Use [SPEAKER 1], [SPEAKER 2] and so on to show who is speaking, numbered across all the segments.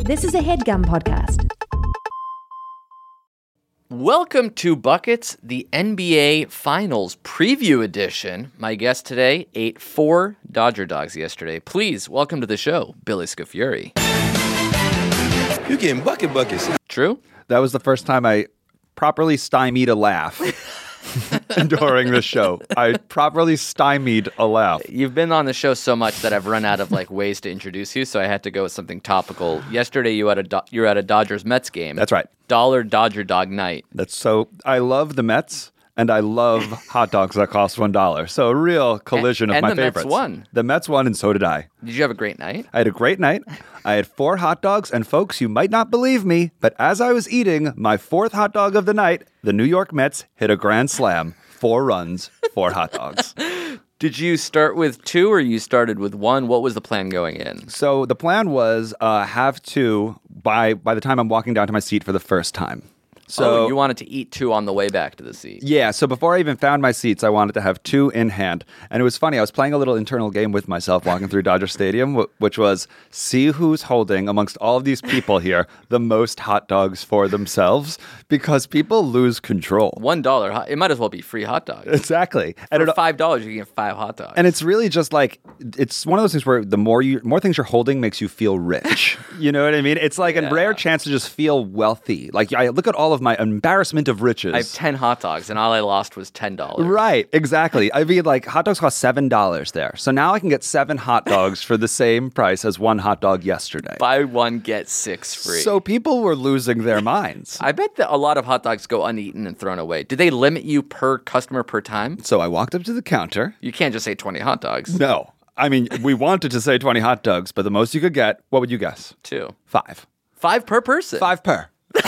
[SPEAKER 1] This is a headgum podcast.
[SPEAKER 2] Welcome to Buckets, the NBA Finals Preview Edition. My guest today ate four Dodger dogs yesterday. Please welcome to the show, Billy Scafuri.
[SPEAKER 3] You getting bucket buckets?
[SPEAKER 2] True?
[SPEAKER 4] That was the first time I properly stymied a laugh during the show. I properly stymied a laugh.
[SPEAKER 2] You've been on the show so much that I've run out of like ways to introduce you, so I had to go with something topical. Yesterday you had a Do- you were at a Dodgers Mets game.
[SPEAKER 4] That's right.
[SPEAKER 2] Dollar Dodger Dog Night.
[SPEAKER 4] That's so. I love the Mets. And I love hot dogs that cost one dollar. So a real collision
[SPEAKER 2] and
[SPEAKER 4] of my
[SPEAKER 2] the Mets
[SPEAKER 4] favorites.
[SPEAKER 2] won.
[SPEAKER 4] The Mets won, and so did I.
[SPEAKER 2] Did you have a great night?
[SPEAKER 4] I had a great night. I had four hot dogs, and folks, you might not believe me, but as I was eating my fourth hot dog of the night, the New York Mets hit a grand slam. Four runs, four hot dogs.
[SPEAKER 2] Did you start with two or you started with one? What was the plan going in?
[SPEAKER 4] So the plan was uh, have two by by the time I'm walking down to my seat for the first time. So
[SPEAKER 2] oh, you wanted to eat two on the way back to the seat.
[SPEAKER 4] Yeah, so before I even found my seats, I wanted to have two in hand. And it was funny, I was playing a little internal game with myself walking through Dodger Stadium, wh- which was see who's holding amongst all of these people here the most hot dogs for themselves because people lose control.
[SPEAKER 2] One dollar, hot- it might as well be free hot dogs.
[SPEAKER 4] Exactly. And,
[SPEAKER 2] For
[SPEAKER 4] it,
[SPEAKER 2] five dollars, you can get five hot dogs.
[SPEAKER 4] uh, and it's really just like it's one of those things where the more you more things you're holding makes you feel rich. you know what I mean? It's like a rare chance to just feel wealthy. Like I look at all of my embarrassment of riches.
[SPEAKER 2] I have ten hot dogs, and all I lost was ten dollars.
[SPEAKER 4] Right, exactly. I mean, like hot dogs cost seven dollars there, so now I can get seven hot dogs for the same price as one hot dog yesterday.
[SPEAKER 2] Buy one, get six free.
[SPEAKER 4] So people were losing their minds.
[SPEAKER 2] I bet that a lot of hot dogs go uneaten and thrown away. Do they limit you per customer per time?
[SPEAKER 4] So I walked up to the counter.
[SPEAKER 2] You can't just say twenty hot dogs.
[SPEAKER 4] No, I mean we wanted to say twenty hot dogs, but the most you could get, what would you guess?
[SPEAKER 2] Two,
[SPEAKER 4] Five.
[SPEAKER 2] five per person.
[SPEAKER 4] Five per.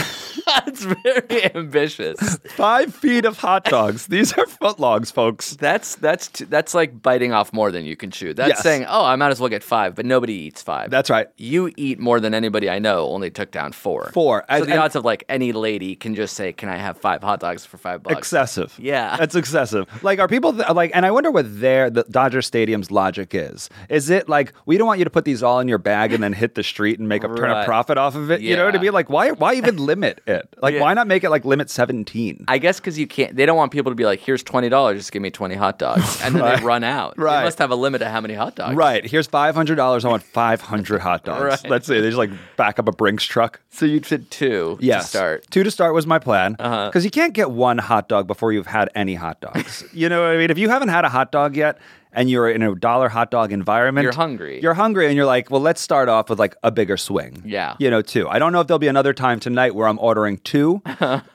[SPEAKER 2] That's very ambitious.
[SPEAKER 4] Five feet of hot dogs. These are footlogs, folks.
[SPEAKER 2] That's that's t- that's like biting off more than you can chew. That's
[SPEAKER 4] Yes.
[SPEAKER 2] saying, oh, I might as well get five, but nobody eats five.
[SPEAKER 4] That's right.
[SPEAKER 2] You eat more than anybody I know. Only took down four.
[SPEAKER 4] Four.
[SPEAKER 2] So
[SPEAKER 4] And-
[SPEAKER 2] the
[SPEAKER 4] and-
[SPEAKER 2] odds of like any lady can just say, "Can I have five hot dogs for five bucks?"
[SPEAKER 4] Excessive.
[SPEAKER 2] Yeah.
[SPEAKER 4] That's excessive. Like, are people th- like, and I wonder what their, the Dodger Stadium's logic is. Is it like, we don't want you to put these all in your bag and then hit the street and make a turn
[SPEAKER 2] Right.
[SPEAKER 4] a profit off of it? You know what I
[SPEAKER 2] Yeah.
[SPEAKER 4] mean? Like, why, why even limit it? Like,
[SPEAKER 2] Yeah.
[SPEAKER 4] why not make it like limit 17?
[SPEAKER 2] I guess because you can't. They don't want people to be like, "Here's twenty dollars, just give me twenty hot dogs," and then they run out. They
[SPEAKER 4] Right.
[SPEAKER 2] must have a limit to how many hot dogs.
[SPEAKER 4] Right. Here's $500. I want 500 hot dogs.
[SPEAKER 2] Right.
[SPEAKER 4] Let's say they just like back up a Brinks truck.
[SPEAKER 2] So you'd fit two
[SPEAKER 4] Yes.
[SPEAKER 2] to start.
[SPEAKER 4] Two to start was my plan.
[SPEAKER 2] Uh-huh.
[SPEAKER 4] Because you can't get one hot dog before you've had any hot dogs. you know what I mean? If you haven't had a hot dog yet and you're in a dollar hot dog environment,
[SPEAKER 2] You're hungry.
[SPEAKER 4] You're hungry and you're like, well, let's start off with like a bigger swing.
[SPEAKER 2] Yeah.
[SPEAKER 4] You know, two. I don't know if there'll be another time tonight where I'm ordering two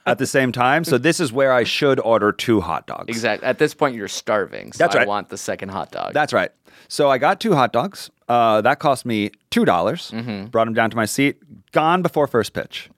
[SPEAKER 4] at the same time. So this is where I should order two hot dogs.
[SPEAKER 2] Exactly. At this point, you're starving. So
[SPEAKER 4] That's
[SPEAKER 2] I
[SPEAKER 4] right.
[SPEAKER 2] want the second hot dog.
[SPEAKER 4] That's right. So I got two hot dogs. Uh, that cost me $2. dollars
[SPEAKER 2] Mm-hmm.
[SPEAKER 4] Brought them down to my seat. Gone before first pitch.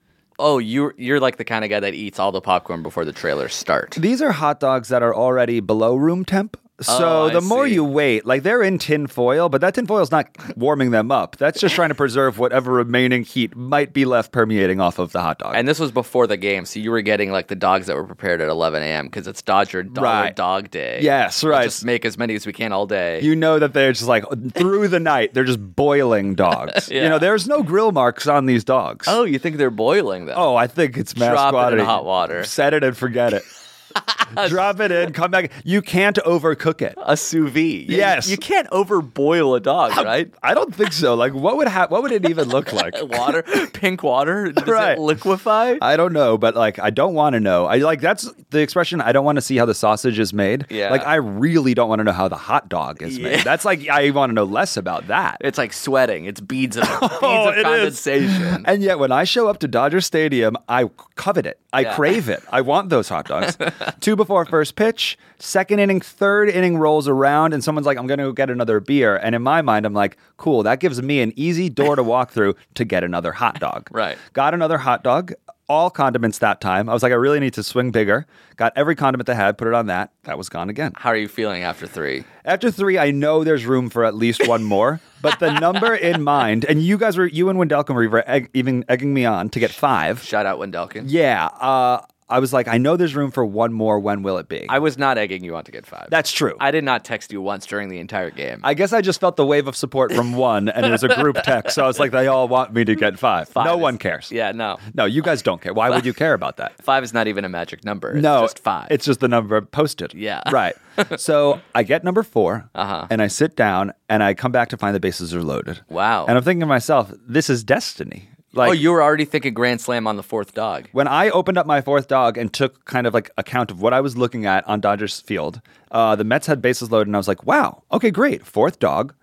[SPEAKER 2] oh, you're you're like the kind of guy that eats all the popcorn before the trailers start.
[SPEAKER 4] These are hot dogs that are already below room temp. So
[SPEAKER 2] Oh, I
[SPEAKER 4] the more
[SPEAKER 2] see.
[SPEAKER 4] you wait, like they're in tin foil, but that tin foil is not warming them up. That's just trying to preserve whatever remaining heat might be left permeating off of the hot dog.
[SPEAKER 2] And this was before the game, so you were getting like the dogs that were prepared at 11 a.m. because it's Dodger Dollar
[SPEAKER 4] Right.
[SPEAKER 2] Dog Day.
[SPEAKER 4] yes,
[SPEAKER 2] Let's
[SPEAKER 4] right.
[SPEAKER 2] Just make as many as we can all day.
[SPEAKER 4] you know that they're just like through the night, they're just boiling dogs.
[SPEAKER 2] Yeah.
[SPEAKER 4] You know, there's no grill marks on these dogs.
[SPEAKER 2] oh, you think they're boiling them?
[SPEAKER 4] Oh, I think it's mass
[SPEAKER 2] Drop it in
[SPEAKER 4] quantity.
[SPEAKER 2] hot water.
[SPEAKER 4] Set it and forget it. Drop it in, come back. You can't overcook it.
[SPEAKER 2] a sous vide. You-
[SPEAKER 4] Yes.
[SPEAKER 2] You, can't overboil a dog, right?
[SPEAKER 4] I don't think so. Like, what would ha- what would it even look like?
[SPEAKER 2] Water, pink water, does
[SPEAKER 4] Right.
[SPEAKER 2] it liquefy?
[SPEAKER 4] I don't know, but like I don't want to know. I like that's the expression. I don't want to see how the sausage is made.
[SPEAKER 2] Yeah.
[SPEAKER 4] Like I really don't want to know how the hot dog is
[SPEAKER 2] Yeah.
[SPEAKER 4] made. That's like I want to know less about that.
[SPEAKER 2] it's like sweating. It's beads of, beads
[SPEAKER 4] Oh,
[SPEAKER 2] of
[SPEAKER 4] it is.
[SPEAKER 2] condensation.
[SPEAKER 4] And yet, when I show up to Dodger Stadium, I covet it. I
[SPEAKER 2] Yeah.
[SPEAKER 4] crave it. I want those hot dogs. Two before first pitch, second inning, third inning rolls around, and someone's like, I'm going to go get another beer. And in my mind, I'm like, cool, that gives me an easy door to walk through to get another hot dog.
[SPEAKER 2] Right.
[SPEAKER 4] Got another hot dog, all condiments that time. I was like, I really need to swing bigger. Got every condiment they had, put it on that. That was gone again.
[SPEAKER 2] How are you feeling after three?
[SPEAKER 4] After three, I know there's room for at least one more, but the number in mind, and you guys were, you and Wendelcombe were egg, even egging me on to get five.
[SPEAKER 2] Shout out Wendelkin.
[SPEAKER 4] Yeah, uh, I was like, I know there's room for one more. When will it be?
[SPEAKER 2] I was not egging you on to get five.
[SPEAKER 4] That's true.
[SPEAKER 2] I did not text you once during the entire game.
[SPEAKER 4] I guess I just felt the wave of support from one, and it was a group text. So I was like, they all want me to get five. no
[SPEAKER 2] is-
[SPEAKER 4] one cares.
[SPEAKER 2] yeah, no.
[SPEAKER 4] No, you guys don't care. Why would you care about that?
[SPEAKER 2] Five is not even a magic number. It's
[SPEAKER 4] no,
[SPEAKER 2] just five.
[SPEAKER 4] It's just the number posted.
[SPEAKER 2] Yeah. Uh-huh.
[SPEAKER 4] Right. so I get number 4 and I sit down, and I come back to find the bases are loaded.
[SPEAKER 2] Wow.
[SPEAKER 4] And I'm thinking to myself, this is destiny. Like,
[SPEAKER 2] oh, you were already thinking grand slam on the fourth dog.
[SPEAKER 4] when I opened up my fourth dog and took kind of like account of what I was looking at on Dodgers Field, uh, the Mets had bases loaded, and I was like, wow, okay, great. Fourth dog,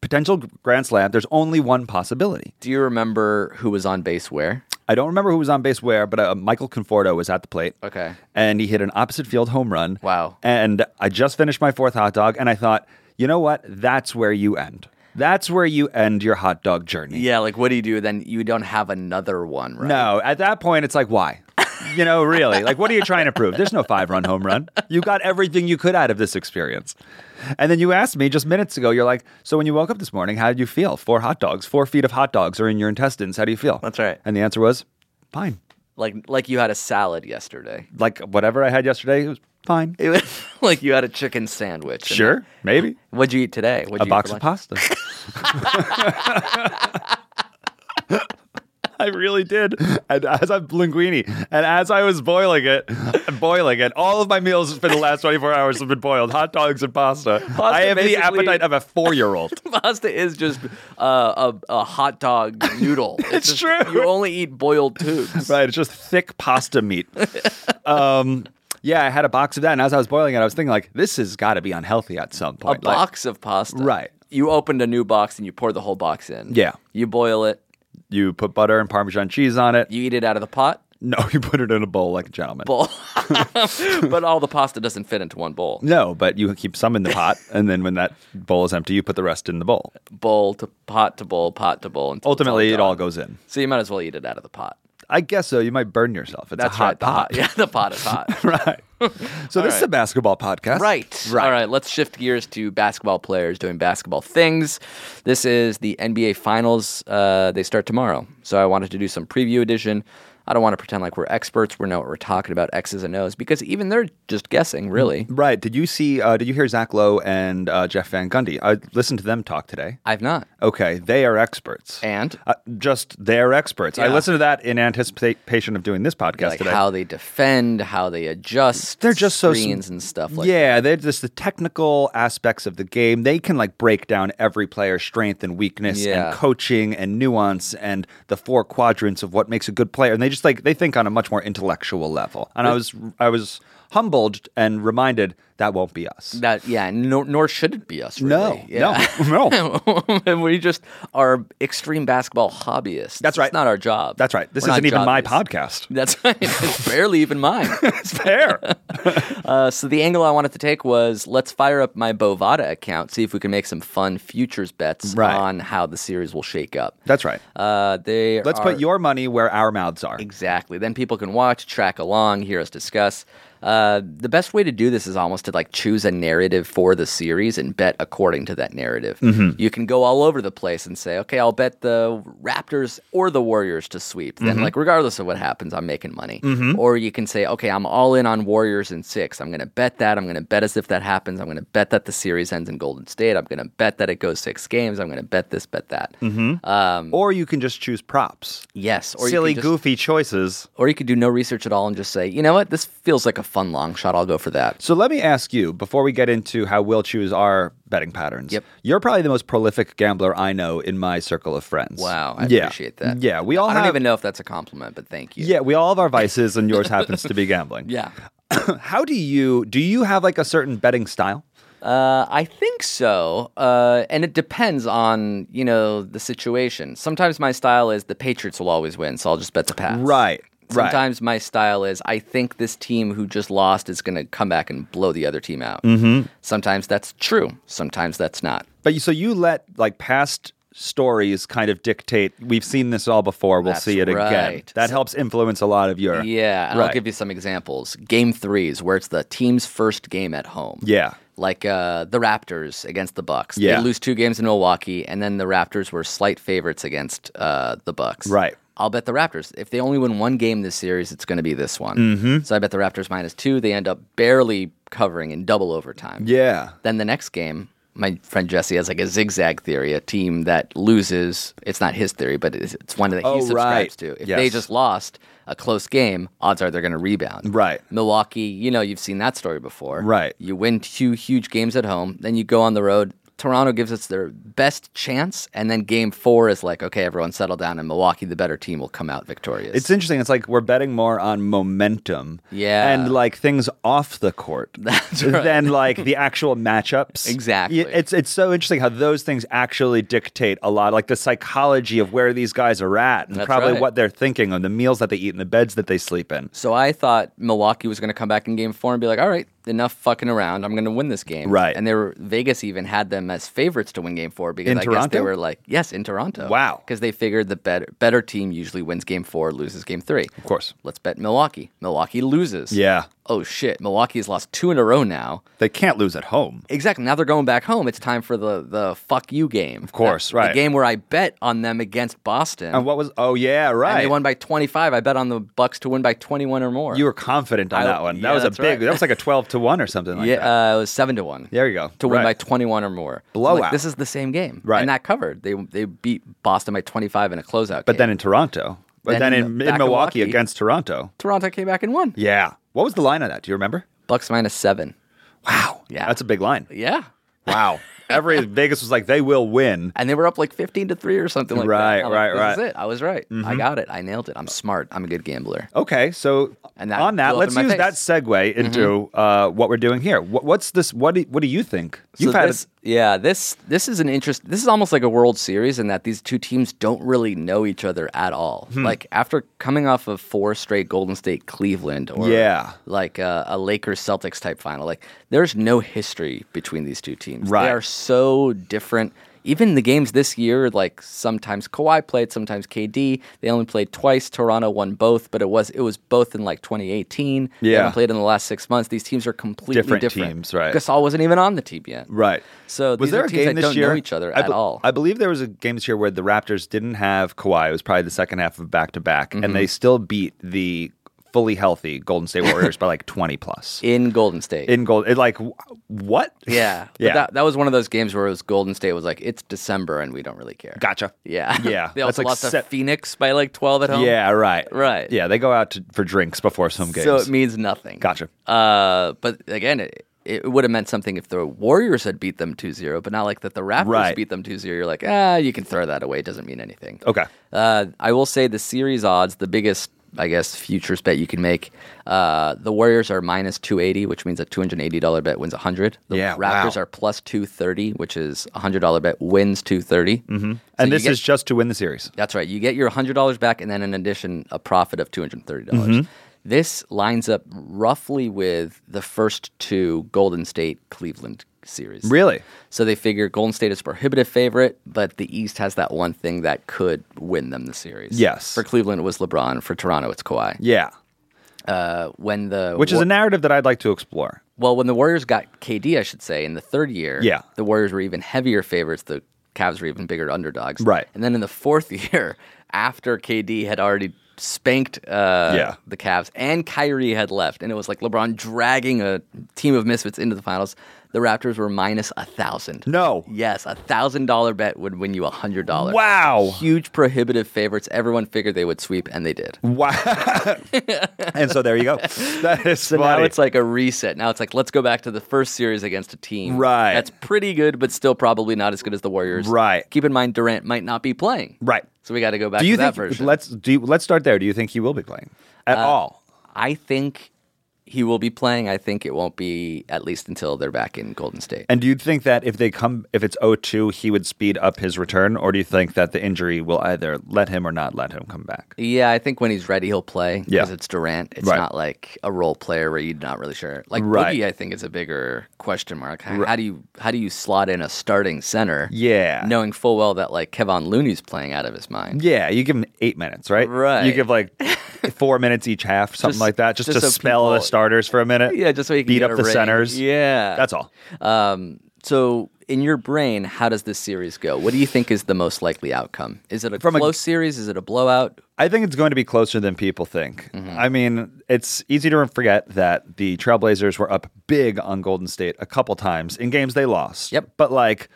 [SPEAKER 4] potential grand slam. There's only one possibility.
[SPEAKER 2] Do you remember who was on base where?
[SPEAKER 4] I don't remember who was on base where, but uh, Michael Conforto was at the plate.
[SPEAKER 2] Okay.
[SPEAKER 4] And he hit an opposite field home run.
[SPEAKER 2] Wow.
[SPEAKER 4] And I just finished my fourth hot dog, and I thought, you know what? That's where you end. That's where you end your hot dog journey.
[SPEAKER 2] Yeah, like what do you do then? You don't have another one, right?
[SPEAKER 4] No, at that point, it's like, why? You know, really? Like, what are you trying to prove? There's no five run home run. You got everything you could out of this experience. And then you asked me just minutes ago, you're like, so when you woke up this morning, how did you feel? Four hot dogs, four feet of hot dogs are in your intestines. How do you feel?
[SPEAKER 2] That's right.
[SPEAKER 4] And the answer was, fine.
[SPEAKER 2] Like like you had a salad yesterday.
[SPEAKER 4] Like, whatever I had yesterday, it was fine.
[SPEAKER 2] It was like you had a chicken sandwich. and-
[SPEAKER 4] sure, maybe.
[SPEAKER 2] What'd you eat today? What'd
[SPEAKER 4] A
[SPEAKER 2] you
[SPEAKER 4] box
[SPEAKER 2] eat
[SPEAKER 4] of
[SPEAKER 2] for lunch?
[SPEAKER 4] pasta. I really did. And as I'm linguini, and as I was boiling it, boiling it, all of my meals for the last 24 hours have been boiled hot dogs and pasta. I have the
[SPEAKER 2] basically-
[SPEAKER 4] appetite of a four year old.
[SPEAKER 2] Pasta is just uh, a, a hot dog noodle.
[SPEAKER 4] It's
[SPEAKER 2] just-
[SPEAKER 4] true.
[SPEAKER 2] You only eat boiled tubes.
[SPEAKER 4] right. It's just thick pasta meat. Um, yeah, I had a box of that. And as I was boiling it, I was thinking, like, this has got to be unhealthy at some
[SPEAKER 2] A
[SPEAKER 4] point. Like,
[SPEAKER 2] box of pasta.
[SPEAKER 4] Right.
[SPEAKER 2] You opened a new box and you pour the whole box in.
[SPEAKER 4] Yeah.
[SPEAKER 2] You boil it.
[SPEAKER 4] you put butter and Parmesan cheese on it.
[SPEAKER 2] You eat it out of the pot
[SPEAKER 4] no, you put it in a bowl like a gentleman.
[SPEAKER 2] bowl, but all the pasta doesn't fit into one bowl.
[SPEAKER 4] No, but you keep some in the pot, and then when that bowl is empty, you put the rest in the bowl.
[SPEAKER 2] Bowl to pot to bowl, pot to bowl. until it's
[SPEAKER 4] Ultimately, it
[SPEAKER 2] done.
[SPEAKER 4] all goes in.
[SPEAKER 2] So you might as well eat it out of the pot.
[SPEAKER 4] I guess so. You might burn yourself. It's
[SPEAKER 2] That's
[SPEAKER 4] a hot
[SPEAKER 2] right. The
[SPEAKER 4] pot.
[SPEAKER 2] pot. Yeah, the pot is hot.
[SPEAKER 4] right. So this is a basketball podcast.
[SPEAKER 2] Right.
[SPEAKER 4] Right.
[SPEAKER 2] All right, let's shift gears to basketball players doing basketball things. This is the NBA Finals. Uh, they start tomorrow. So I wanted to do some preview edition. I don't want to pretend like we're experts. We know what we're talking about, X's and O's, because even they're just guessing, really.
[SPEAKER 4] Right. Did you see? Uh, did you hear Zach Lowe and uh, Jeff Van Gundy? I listened to them talk today.
[SPEAKER 2] I've not.
[SPEAKER 4] Okay, they are experts.
[SPEAKER 2] And?
[SPEAKER 4] uh, just they're experts. I
[SPEAKER 2] Yeah.
[SPEAKER 4] listened to that in anticipation of doing this podcast
[SPEAKER 2] Like
[SPEAKER 4] today.
[SPEAKER 2] how they defend, how they adjust.
[SPEAKER 4] they're just so sm-
[SPEAKER 2] screens and stuff like that.
[SPEAKER 4] yeah they're just the technical aspects of the game they can like break down every player's strength and weakness
[SPEAKER 2] Yeah.
[SPEAKER 4] and coaching and nuance and the four quadrants of what makes a good player and they just like they think on a much more intellectual level and i was i was humbled and reminded that won't be us
[SPEAKER 2] That yeah, nor, nor should it be us. Really.
[SPEAKER 4] no
[SPEAKER 2] yeah.
[SPEAKER 4] no no
[SPEAKER 2] and we just are extreme basketball hobbyists.
[SPEAKER 4] That's right.
[SPEAKER 2] It's not our job.
[SPEAKER 4] that's right this
[SPEAKER 2] We're not
[SPEAKER 4] isn't even my
[SPEAKER 2] jobbies.
[SPEAKER 4] podcast
[SPEAKER 2] That's right. It's barely even mine.
[SPEAKER 4] it's fair
[SPEAKER 2] Uh, so the angle I wanted to take was let's fire up my Bovada account, see if we can make some fun futures bets
[SPEAKER 4] Right.
[SPEAKER 2] on how the series will shake up.
[SPEAKER 4] that's right
[SPEAKER 2] Uh, they
[SPEAKER 4] let's
[SPEAKER 2] are-
[SPEAKER 4] put your money where our mouths are
[SPEAKER 2] Exactly. Then people can watch, track along, hear us discuss. Uh, the best way to do this is almost to like choose a narrative for the series and bet according to that narrative. You can go all over the place and say, okay, I'll bet the Raptors or the Warriors to sweep. Then, like, regardless of what happens, I'm making money. Or you can say, okay, I'm all in on Warriors in six. I'm going to bet that. I'm going to bet as if that happens. I'm going to bet that the series ends in Golden State. I'm going to bet that it goes six games. I'm going to bet this, bet that.
[SPEAKER 4] or you can just choose props
[SPEAKER 2] Yes. Or
[SPEAKER 4] silly
[SPEAKER 2] you can just-
[SPEAKER 4] goofy choices
[SPEAKER 2] Or you could do no research at all and just say, you know what, this feels like a fun long shot. I'll go for that.
[SPEAKER 4] So let me ask you before we get into how we'll choose our betting patterns.
[SPEAKER 2] Yep.
[SPEAKER 4] You're probably the most prolific gambler I know in my circle of friends.
[SPEAKER 2] Wow, I
[SPEAKER 4] Yeah.
[SPEAKER 2] appreciate that.
[SPEAKER 4] Yeah, we all
[SPEAKER 2] I
[SPEAKER 4] have.
[SPEAKER 2] don't even know if that's a compliment, but thank you.
[SPEAKER 4] Yeah, we all have our vices, and yours happens to be gambling.
[SPEAKER 2] Yeah.
[SPEAKER 4] How do you do? You have like a certain betting style.
[SPEAKER 2] Uh, I think so. Uh, and it depends on, you know, the situation. Sometimes my style is the Patriots will always win, so I'll just bet the pass.
[SPEAKER 4] Right, right.
[SPEAKER 2] Sometimes my style is I think this team who just lost is going to come back and blow the other team out. Mm-hmm. Sometimes that's true. Sometimes that's not.
[SPEAKER 4] But you, so you let like past stories kind of dictate. We've seen this all before. We'll
[SPEAKER 2] That's
[SPEAKER 4] see it again.
[SPEAKER 2] right.
[SPEAKER 4] That helps influence a lot of your.
[SPEAKER 2] Yeah, and I'll
[SPEAKER 4] Right.
[SPEAKER 2] give you some examples. Game threes, where it's the team's first game at home.
[SPEAKER 4] Yeah.
[SPEAKER 2] Like uh, the Raptors against the Bucks.
[SPEAKER 4] Yeah.
[SPEAKER 2] They lose two games in Milwaukee, and then the Raptors were slight favorites against uh, the Bucks.
[SPEAKER 4] Right.
[SPEAKER 2] I'll bet the Raptors. If they only win one game this series, it's going to be this one.
[SPEAKER 4] Mm-hmm.
[SPEAKER 2] So I bet the Raptors minus two. They end up barely covering in double overtime.
[SPEAKER 4] Yeah.
[SPEAKER 2] Then the next game, my friend Jesse has like a zigzag theory. A team that loses, it's not his theory, but it's, it's one that he
[SPEAKER 4] Oh,
[SPEAKER 2] subscribes
[SPEAKER 4] right.
[SPEAKER 2] to. If
[SPEAKER 4] Yes.
[SPEAKER 2] they just lost a close game, odds are they're going to rebound.
[SPEAKER 4] Right.
[SPEAKER 2] Milwaukee, you know, you've seen that story before.
[SPEAKER 4] Right.
[SPEAKER 2] You win two huge games at home, then you go on the road. Toronto gives us their best chance, and then game four is like, okay, everyone settle down, and Milwaukee, the better team, will come out victorious.
[SPEAKER 4] It's interesting. It's like we're betting more on momentum,
[SPEAKER 2] Yeah.
[SPEAKER 4] and like things off the court
[SPEAKER 2] right.
[SPEAKER 4] than like the actual matchups.
[SPEAKER 2] Exactly.
[SPEAKER 4] Yeah, It's it's so interesting how those things actually dictate a lot, like the psychology of where these guys are at, and
[SPEAKER 2] That's
[SPEAKER 4] probably
[SPEAKER 2] right.
[SPEAKER 4] what they're thinking, and the meals that they eat, and the beds that they sleep in.
[SPEAKER 2] So I thought Milwaukee was going to come back in game four and be like, all right, enough fucking around. I'm going to win this game.
[SPEAKER 4] Right.
[SPEAKER 2] And they were, Vegas even had them as favorites to win game four because
[SPEAKER 4] In
[SPEAKER 2] I guess they
[SPEAKER 4] Toronto?
[SPEAKER 2] were like, yes, in Toronto.
[SPEAKER 4] Wow.
[SPEAKER 2] Because they figured the better, better team usually wins game four, loses game three. Of
[SPEAKER 4] course.
[SPEAKER 2] Let's bet Milwaukee. Milwaukee loses.
[SPEAKER 4] Yeah,
[SPEAKER 2] Oh, shit. Milwaukee's lost two in a row now.
[SPEAKER 4] they can't lose at home.
[SPEAKER 2] Exactly. Now they're going back home. It's time for the, the fuck you game. Of
[SPEAKER 4] course, right.
[SPEAKER 2] The game where I bet on them against Boston.
[SPEAKER 4] And what was? Oh yeah, right.
[SPEAKER 2] and they won by 25. I bet on the Bucks to win by 21 or more.
[SPEAKER 4] You were confident on
[SPEAKER 2] I-
[SPEAKER 4] that one.
[SPEAKER 2] yeah,
[SPEAKER 4] that was a
[SPEAKER 2] that's
[SPEAKER 4] big.
[SPEAKER 2] right.
[SPEAKER 4] That was like a twelve to one or something like that.
[SPEAKER 2] yeah, uh, it was seven to one.
[SPEAKER 4] There you go.
[SPEAKER 2] To win
[SPEAKER 4] Right.
[SPEAKER 2] by twenty one or more. So I'm
[SPEAKER 4] Blowout.
[SPEAKER 2] Like, this is the same game.
[SPEAKER 4] Right.
[SPEAKER 2] And that covered. They they beat Boston by twenty five in a closeout.
[SPEAKER 4] But then in Toronto, but
[SPEAKER 2] Then
[SPEAKER 4] then,
[SPEAKER 2] in-
[SPEAKER 4] in,
[SPEAKER 2] back
[SPEAKER 4] in
[SPEAKER 2] in
[SPEAKER 4] Milwaukee
[SPEAKER 2] Milwaukee.
[SPEAKER 4] against Toronto.
[SPEAKER 2] Toronto came back and won.
[SPEAKER 4] Yeah. What was the line on that? Do you remember?
[SPEAKER 2] Bucks minus seven.
[SPEAKER 4] Wow.
[SPEAKER 2] Yeah.
[SPEAKER 4] That's a big line.
[SPEAKER 2] Yeah.
[SPEAKER 4] Wow. Every Vegas was like, they will win.
[SPEAKER 2] And they were up like fifteen to three or something like
[SPEAKER 4] Right,
[SPEAKER 2] that. I'm like,
[SPEAKER 4] right, right. Mm-hmm.
[SPEAKER 2] This is it. I was right. I got it. I nailed it. I'm smart. I'm a good gambler.
[SPEAKER 4] Okay, so
[SPEAKER 2] And that
[SPEAKER 4] on that,
[SPEAKER 2] blew up
[SPEAKER 4] let's
[SPEAKER 2] in my
[SPEAKER 4] use
[SPEAKER 2] face. Mm-hmm.
[SPEAKER 4] that segue into uh, what we're doing here. What, what's this? What do, what do you think? You've
[SPEAKER 2] so
[SPEAKER 4] had
[SPEAKER 2] this, yeah, this this is an interest. This is almost like a World Series in that these two teams don't really know each other at all.
[SPEAKER 4] Hmm.
[SPEAKER 2] Like after coming off of four straight Golden State Cleveland, or
[SPEAKER 4] Yeah.
[SPEAKER 2] like a, a Lakers Celtics type final, like there's no history between these two teams.
[SPEAKER 4] Right.
[SPEAKER 2] They are so different. Even the games this year, like sometimes Kawhi played, sometimes KD. They only played twice. Toronto won both, but it was it was both in like 2018. They
[SPEAKER 4] Yeah.
[SPEAKER 2] haven't played in the last six months. These teams are completely
[SPEAKER 4] Different
[SPEAKER 2] different.
[SPEAKER 4] teams, right.
[SPEAKER 2] Gasol wasn't even on the team yet.
[SPEAKER 4] a, right.
[SPEAKER 2] So
[SPEAKER 4] was
[SPEAKER 2] these
[SPEAKER 4] there
[SPEAKER 2] are
[SPEAKER 4] a
[SPEAKER 2] teams
[SPEAKER 4] game
[SPEAKER 2] that
[SPEAKER 4] this
[SPEAKER 2] don't
[SPEAKER 4] year?
[SPEAKER 2] know each other
[SPEAKER 4] I
[SPEAKER 2] at
[SPEAKER 4] be-
[SPEAKER 2] all.
[SPEAKER 4] I believe there was a game this year where the Raptors didn't have Kawhi. It was probably the second half of back to back,
[SPEAKER 2] Mm-hmm.
[SPEAKER 4] and they still beat the fully healthy Golden State Warriors by like twenty plus
[SPEAKER 2] in Golden State.
[SPEAKER 4] in gold. It, like wh- what?
[SPEAKER 2] yeah. But
[SPEAKER 4] yeah.
[SPEAKER 2] That, that was one of those games where it was Golden State was like, it's December and we don't really care.
[SPEAKER 4] gotcha.
[SPEAKER 2] Yeah.
[SPEAKER 4] Yeah.
[SPEAKER 2] they
[SPEAKER 4] That's
[SPEAKER 2] also
[SPEAKER 4] like
[SPEAKER 2] lost to
[SPEAKER 4] set-
[SPEAKER 2] Phoenix by like 12 at home.
[SPEAKER 4] Yeah, right.
[SPEAKER 2] Right.
[SPEAKER 4] Yeah, they go out to, for drinks before some games.
[SPEAKER 2] So it means nothing.
[SPEAKER 4] Gotcha.
[SPEAKER 2] Uh, but again, it, it would have meant something if the Warriors had beat them 2 0, but not like that the Raptors
[SPEAKER 4] Right.
[SPEAKER 2] beat them 2 0. You're like, ah, you can throw that away. It doesn't mean anything.
[SPEAKER 4] Okay.
[SPEAKER 2] Uh, I will say the series odds, the biggest, I guess, futures bet you can make. Uh, the Warriors are minus 280, which means a $280 bet wins 100. The
[SPEAKER 4] Yeah,
[SPEAKER 2] Raptors
[SPEAKER 4] wow.
[SPEAKER 2] are plus 230, which is a $100 bet wins 230. Mm-hmm.
[SPEAKER 4] and this is just to win the series.
[SPEAKER 2] That's right. You get your $100 back and then in addition a profit of $230.
[SPEAKER 4] Mm-hmm.
[SPEAKER 2] dollars This lines up roughly with the first two Golden State Cleveland series.
[SPEAKER 4] Really?
[SPEAKER 2] So they figure Golden State is prohibitive favorite, but the East has that one thing that could win them the series.
[SPEAKER 4] Yes.
[SPEAKER 2] For Cleveland it was LeBron, for Toronto it's Kawhi.
[SPEAKER 4] Yeah.
[SPEAKER 2] Uh, when the
[SPEAKER 4] Which is
[SPEAKER 2] Wa-
[SPEAKER 4] a narrative that I'd like to explore.
[SPEAKER 2] well, when the Warriors got KD, I should say, in the third year,
[SPEAKER 4] Yeah.
[SPEAKER 2] the Warriors were even heavier favorites. The Cavs were even bigger underdogs.
[SPEAKER 4] Right.
[SPEAKER 2] And then in the fourth year, after KD had already spanked uh,
[SPEAKER 4] Yeah.
[SPEAKER 2] the Cavs and Kyrie had left, and it was like LeBron dragging a team of misfits into the finals, the Raptors were minus a thousand.
[SPEAKER 4] No.
[SPEAKER 2] Yes, a thousand dollar bet would win you a hundred dollars.
[SPEAKER 4] Wow.
[SPEAKER 2] Huge prohibitive favorites. Everyone figured they would sweep, and they did.
[SPEAKER 4] Wow. and so there you go. That is
[SPEAKER 2] So
[SPEAKER 4] funny.
[SPEAKER 2] now it's like a reset. Now it's like let's go back to the first series against a team
[SPEAKER 4] Right.
[SPEAKER 2] that's pretty good, but still probably not as good as the Warriors.
[SPEAKER 4] Right.
[SPEAKER 2] Keep in mind Durant might not be playing.
[SPEAKER 4] right.
[SPEAKER 2] So we got to go back
[SPEAKER 4] Do you
[SPEAKER 2] to that
[SPEAKER 4] think
[SPEAKER 2] version. Uh,
[SPEAKER 4] let's do you, let's start there. Do you think he will be playing at all?
[SPEAKER 2] I think he will be playing. I think it won't be at least until they're back in Golden State.
[SPEAKER 4] And do you think that if they come if it's 0-2, he would speed up his return or do you think that the injury will either let him or not let him come back?
[SPEAKER 2] yeah, I think when he's ready, he'll play
[SPEAKER 4] Yeah.
[SPEAKER 2] because it's Durant. It's
[SPEAKER 4] Right.
[SPEAKER 2] not like a role player where you're not really sure. Like
[SPEAKER 4] Right.
[SPEAKER 2] Boogie, I think is a bigger question mark. How, how do you how do you slot in a starting center?
[SPEAKER 4] Yeah.
[SPEAKER 2] knowing full well that like Kevon Looney's playing out of his mind.
[SPEAKER 4] Yeah, you give him 8 minutes, right?
[SPEAKER 2] Right.
[SPEAKER 4] You give like 4 minutes each half, something
[SPEAKER 2] Just-
[SPEAKER 4] like that, just,
[SPEAKER 2] just
[SPEAKER 4] to
[SPEAKER 2] so
[SPEAKER 4] spell the
[SPEAKER 2] people-
[SPEAKER 4] starters for a minute.
[SPEAKER 2] Yeah, just so you can
[SPEAKER 4] beat
[SPEAKER 2] get
[SPEAKER 4] up
[SPEAKER 2] a
[SPEAKER 4] the
[SPEAKER 2] ring.
[SPEAKER 4] centers.
[SPEAKER 2] Yeah,
[SPEAKER 4] That's all.
[SPEAKER 2] Um, So, in your brain, how does this series go? What do you think is the most likely outcome? Is it a
[SPEAKER 4] From a-
[SPEAKER 2] close series? Is it a blowout?
[SPEAKER 4] I think it's going to be closer than people think.
[SPEAKER 2] Mm-hmm.
[SPEAKER 4] I mean, it's easy to forget that the Trailblazers were up big on Golden State a couple times in games they lost.
[SPEAKER 2] Yep.
[SPEAKER 4] But like,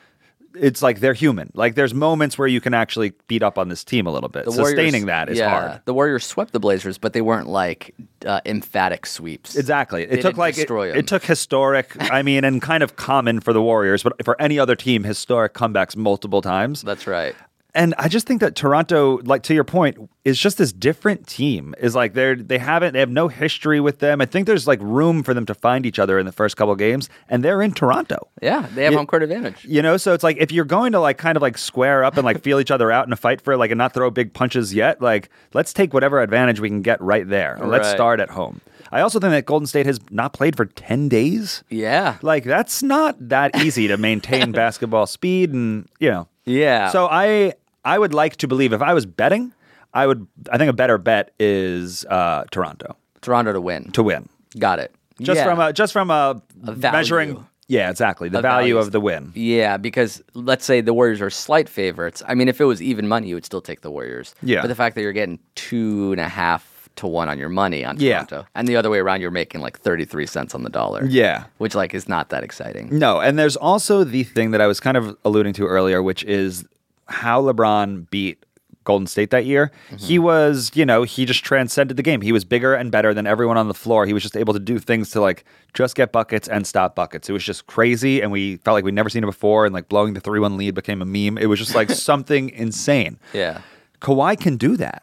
[SPEAKER 4] it's like they're human. Like, there's moments where you can actually beat up on this team a little bit.
[SPEAKER 2] The Warriors-
[SPEAKER 4] Sustaining that is
[SPEAKER 2] yeah,
[SPEAKER 4] hard.
[SPEAKER 2] The Warriors swept the Blazers, but they weren't like uh, emphatic sweeps.
[SPEAKER 4] Exactly. It
[SPEAKER 2] They
[SPEAKER 4] took
[SPEAKER 2] didn't
[SPEAKER 4] like it,
[SPEAKER 2] destroy 'em.
[SPEAKER 4] it took historic. I mean, and kind of common for the Warriors, but for any other team, historic comebacks multiple times.
[SPEAKER 2] That's right.
[SPEAKER 4] And I just think that Toronto, like to your point, is just this different team. Is like they're they haven't they have no history with them. I think there's like room for them to find each other in the first couple games, and they're in Toronto.
[SPEAKER 2] Yeah, they have
[SPEAKER 4] It-
[SPEAKER 2] home court advantage.
[SPEAKER 4] You know, so it's like if you're going to like kind of like square up and like feel each other out in a fight for like and not throw big punches yet, like let's take whatever advantage we can get right there. and Let's
[SPEAKER 2] Right.
[SPEAKER 4] start at home. I also think that Golden State has not played for 10 days.
[SPEAKER 2] Yeah.
[SPEAKER 4] Like that's not that easy to maintain basketball speed and, you know.
[SPEAKER 2] Yeah.
[SPEAKER 4] So I I would like to believe if I was betting, I would I think a better bet is uh Toronto
[SPEAKER 2] Toronto to win.
[SPEAKER 4] to win.
[SPEAKER 2] Got it.
[SPEAKER 4] Just
[SPEAKER 2] Yeah.
[SPEAKER 4] from a just from a,
[SPEAKER 2] A value.
[SPEAKER 4] measuring yeah, exactly. The value
[SPEAKER 2] value.
[SPEAKER 4] of the win.
[SPEAKER 2] Yeah, because let's say the Warriors are slight favorites. I mean, if it was even money, you would still take the Warriors.
[SPEAKER 4] Yeah.
[SPEAKER 2] But the fact that you're getting two and a half to one on your money on
[SPEAKER 4] Yeah.
[SPEAKER 2] Toronto, and the other way around, you're making like thirty three cents on the dollar.
[SPEAKER 4] Yeah. Mm.
[SPEAKER 2] Which like is not that exciting.
[SPEAKER 4] No, and there's also the thing that I was kind of alluding to earlier, which is how LeBron beat Golden State that year. He was, you know, he just transcended the game. He was bigger and better than everyone on the floor. He was just able to do things to like just get buckets and stop buckets. It was just crazy, and we felt like we'd never seen it before. And like blowing the three-one lead became a meme. It was just like something insane.
[SPEAKER 2] Yeah.
[SPEAKER 4] Kawhi can do that.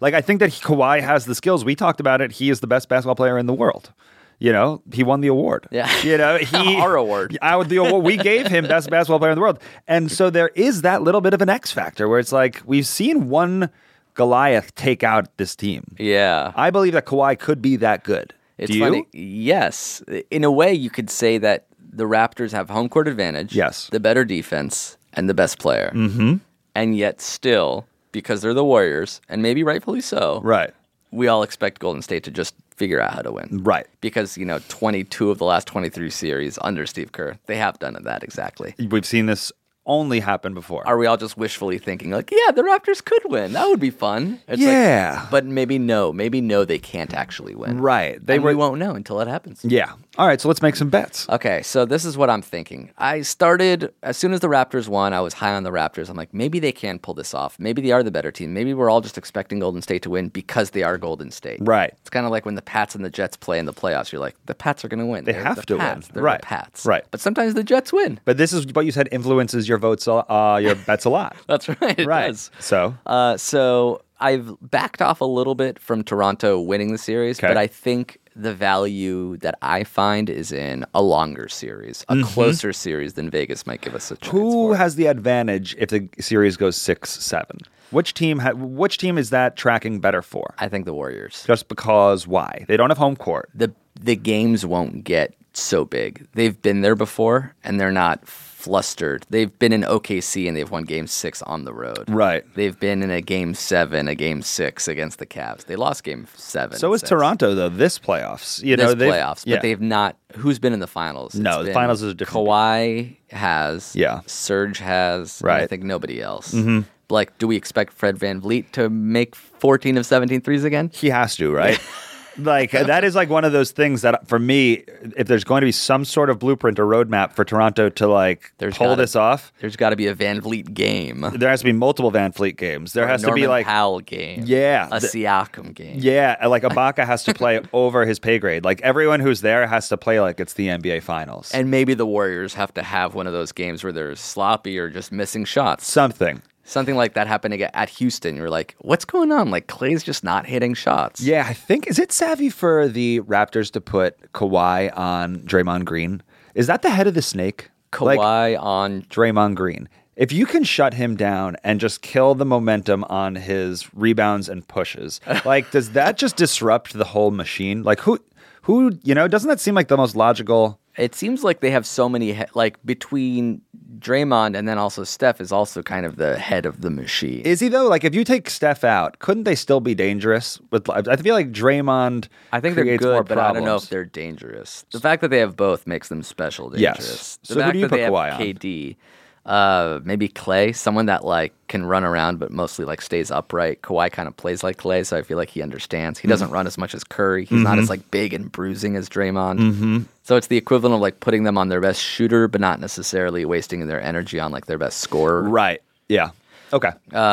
[SPEAKER 4] Like I think that he, Kawhi has the skills. We talked about it. He is the best basketball player in the world. You know, he won the award.
[SPEAKER 2] Yeah.
[SPEAKER 4] You know, he
[SPEAKER 2] Our award.
[SPEAKER 4] I would the award we gave him best basketball player in the world. And so there is that little bit of an X factor where it's like we've seen one Goliath take out this team.
[SPEAKER 2] Yeah.
[SPEAKER 4] I believe that Kawhi could be that good.
[SPEAKER 2] It's
[SPEAKER 4] do you?
[SPEAKER 2] funny. Yes. In a way, you could say that the Raptors have home court advantage.
[SPEAKER 4] Yes.
[SPEAKER 2] The better defense and the best player. Mm-hmm. And yet, still, because they're the Warriors, and maybe rightfully so,
[SPEAKER 4] Right.
[SPEAKER 2] we all expect Golden State to just figure out how to win.
[SPEAKER 4] Right.
[SPEAKER 2] Because, you know, 22 of the last 23 series under Steve Kerr, they have done that exactly.
[SPEAKER 4] We've seen this only happen before.
[SPEAKER 2] Are we all just wishfully thinking, like, yeah, the Raptors could win? That would be fun. It's like,
[SPEAKER 4] Yeah.
[SPEAKER 2] but maybe no. Maybe no, they can't actually win.
[SPEAKER 4] Right. They
[SPEAKER 2] They and
[SPEAKER 4] were
[SPEAKER 2] we won't know until it happens.
[SPEAKER 4] Yeah. All right, so let's make some bets.
[SPEAKER 2] Okay, so this is what I'm thinking. I started as soon as the Raptors won, I was high on the Raptors. I'm like, maybe they can pull this off. Maybe they are the better team. Maybe we're all just expecting Golden State to win because they are Golden State.
[SPEAKER 4] Right.
[SPEAKER 2] It's kind of like when the Pats and the Jets play in the playoffs. You're like, the Pats are going to win. They
[SPEAKER 4] have
[SPEAKER 2] the
[SPEAKER 4] to win.
[SPEAKER 2] Pats. They're
[SPEAKER 4] Right.
[SPEAKER 2] The Pats.
[SPEAKER 4] Right.
[SPEAKER 2] But sometimes the Jets win.
[SPEAKER 4] But this is what you said influences your votes, a- uh, your bets a lot.
[SPEAKER 2] That's right. It
[SPEAKER 4] right.
[SPEAKER 2] does.
[SPEAKER 4] So,
[SPEAKER 2] Uh, so I've backed off a little bit from Toronto winning the series,
[SPEAKER 4] Okay.
[SPEAKER 2] but I think the value that I find is in a longer series, a closer series than Vegas might give us a chance.
[SPEAKER 4] Mm-hmm. who
[SPEAKER 2] for.
[SPEAKER 4] has the advantage if the series goes six seven? Which team? Ha- which team is that tracking better for?
[SPEAKER 2] I think the Warriors.
[SPEAKER 4] Just because why? They don't have home court.
[SPEAKER 2] The the games won't get so big. They've been there before and they're not flustered. They've been in OKC and they've won game 6 on the road.
[SPEAKER 4] Right.
[SPEAKER 2] They've been in a game 7, a game 6 against the Cavs. They lost game 7.
[SPEAKER 4] So is
[SPEAKER 2] six.
[SPEAKER 4] Toronto though this playoffs. You
[SPEAKER 2] This
[SPEAKER 4] know they've-
[SPEAKER 2] playoffs, but
[SPEAKER 4] yeah.
[SPEAKER 2] they've not. Who's been in the finals?
[SPEAKER 4] No,
[SPEAKER 2] It's
[SPEAKER 4] the
[SPEAKER 2] been
[SPEAKER 4] finals is a different-
[SPEAKER 2] Kawhi has,
[SPEAKER 4] Yeah.
[SPEAKER 2] Serge has, and I
[SPEAKER 4] Right. Mm-hmm.
[SPEAKER 2] think nobody else. Like, do we expect Fred Van Vliet to make 14 of 17 threes again?
[SPEAKER 4] he has to right. like that is like one of those things that for me, if there's going to be some sort of blueprint or roadmap for Toronto to like
[SPEAKER 2] There's
[SPEAKER 4] pull
[SPEAKER 2] gotta-
[SPEAKER 4] this off,
[SPEAKER 2] There's got to be a Van Vliet game.
[SPEAKER 4] there has to be multiple Van Fleet games. There
[SPEAKER 2] a
[SPEAKER 4] has to be
[SPEAKER 2] Norman
[SPEAKER 4] like
[SPEAKER 2] Powell game.
[SPEAKER 4] Yeah,
[SPEAKER 2] a
[SPEAKER 4] the-
[SPEAKER 2] Siakam game.
[SPEAKER 4] Yeah, uh, like Ibaka has to play over his pay grade. Like everyone who's there has to play like it's the NBA Finals.
[SPEAKER 2] And maybe the Warriors have to have one of those games where they're sloppy or just missing shots.
[SPEAKER 4] something.
[SPEAKER 2] Something like that happened ag- at Houston. You're like, what's going on? Like Clay's just not hitting shots.
[SPEAKER 4] Yeah, I think is it savvy for the Raptors to put Kawhi on Draymond Green? Is that the head of the snake?
[SPEAKER 2] Kawhi
[SPEAKER 4] Like
[SPEAKER 2] on
[SPEAKER 4] Draymond Green. If you can shut him down and just kill the momentum on his rebounds and pushes, like does that just disrupt the whole machine? Like who who, you know, doesn't that seem like the most logical
[SPEAKER 2] It seems like they have so many he- like between Draymond and then also Steph is also kind of the head of the machine.
[SPEAKER 4] Is he though? Like, if you take Steph out, couldn't they still be dangerous? With I feel like Draymond.
[SPEAKER 2] I think they're
[SPEAKER 4] creates more
[SPEAKER 2] good, but I don't know
[SPEAKER 4] problems.
[SPEAKER 2] if they're dangerous. The fact that they have both makes them special
[SPEAKER 4] Yes.
[SPEAKER 2] dangerous. The
[SPEAKER 4] So who
[SPEAKER 2] fact
[SPEAKER 4] do you
[SPEAKER 2] that they
[SPEAKER 4] put
[SPEAKER 2] have
[SPEAKER 4] Kawhi on?
[SPEAKER 2] KD, uh, maybe Clay, someone that like can run around but mostly like stays upright. Kawhi kind of plays like Clay, so I feel like he understands. He
[SPEAKER 4] Mm-hmm.
[SPEAKER 2] doesn't run as much as Curry. He's not as like big and bruising as Draymond.
[SPEAKER 4] Mm-hmm.
[SPEAKER 2] So it's the equivalent of like putting them on their best shooter, but not necessarily wasting their energy on like their best scorer.
[SPEAKER 4] Right. Yeah. Okay.
[SPEAKER 2] Uh,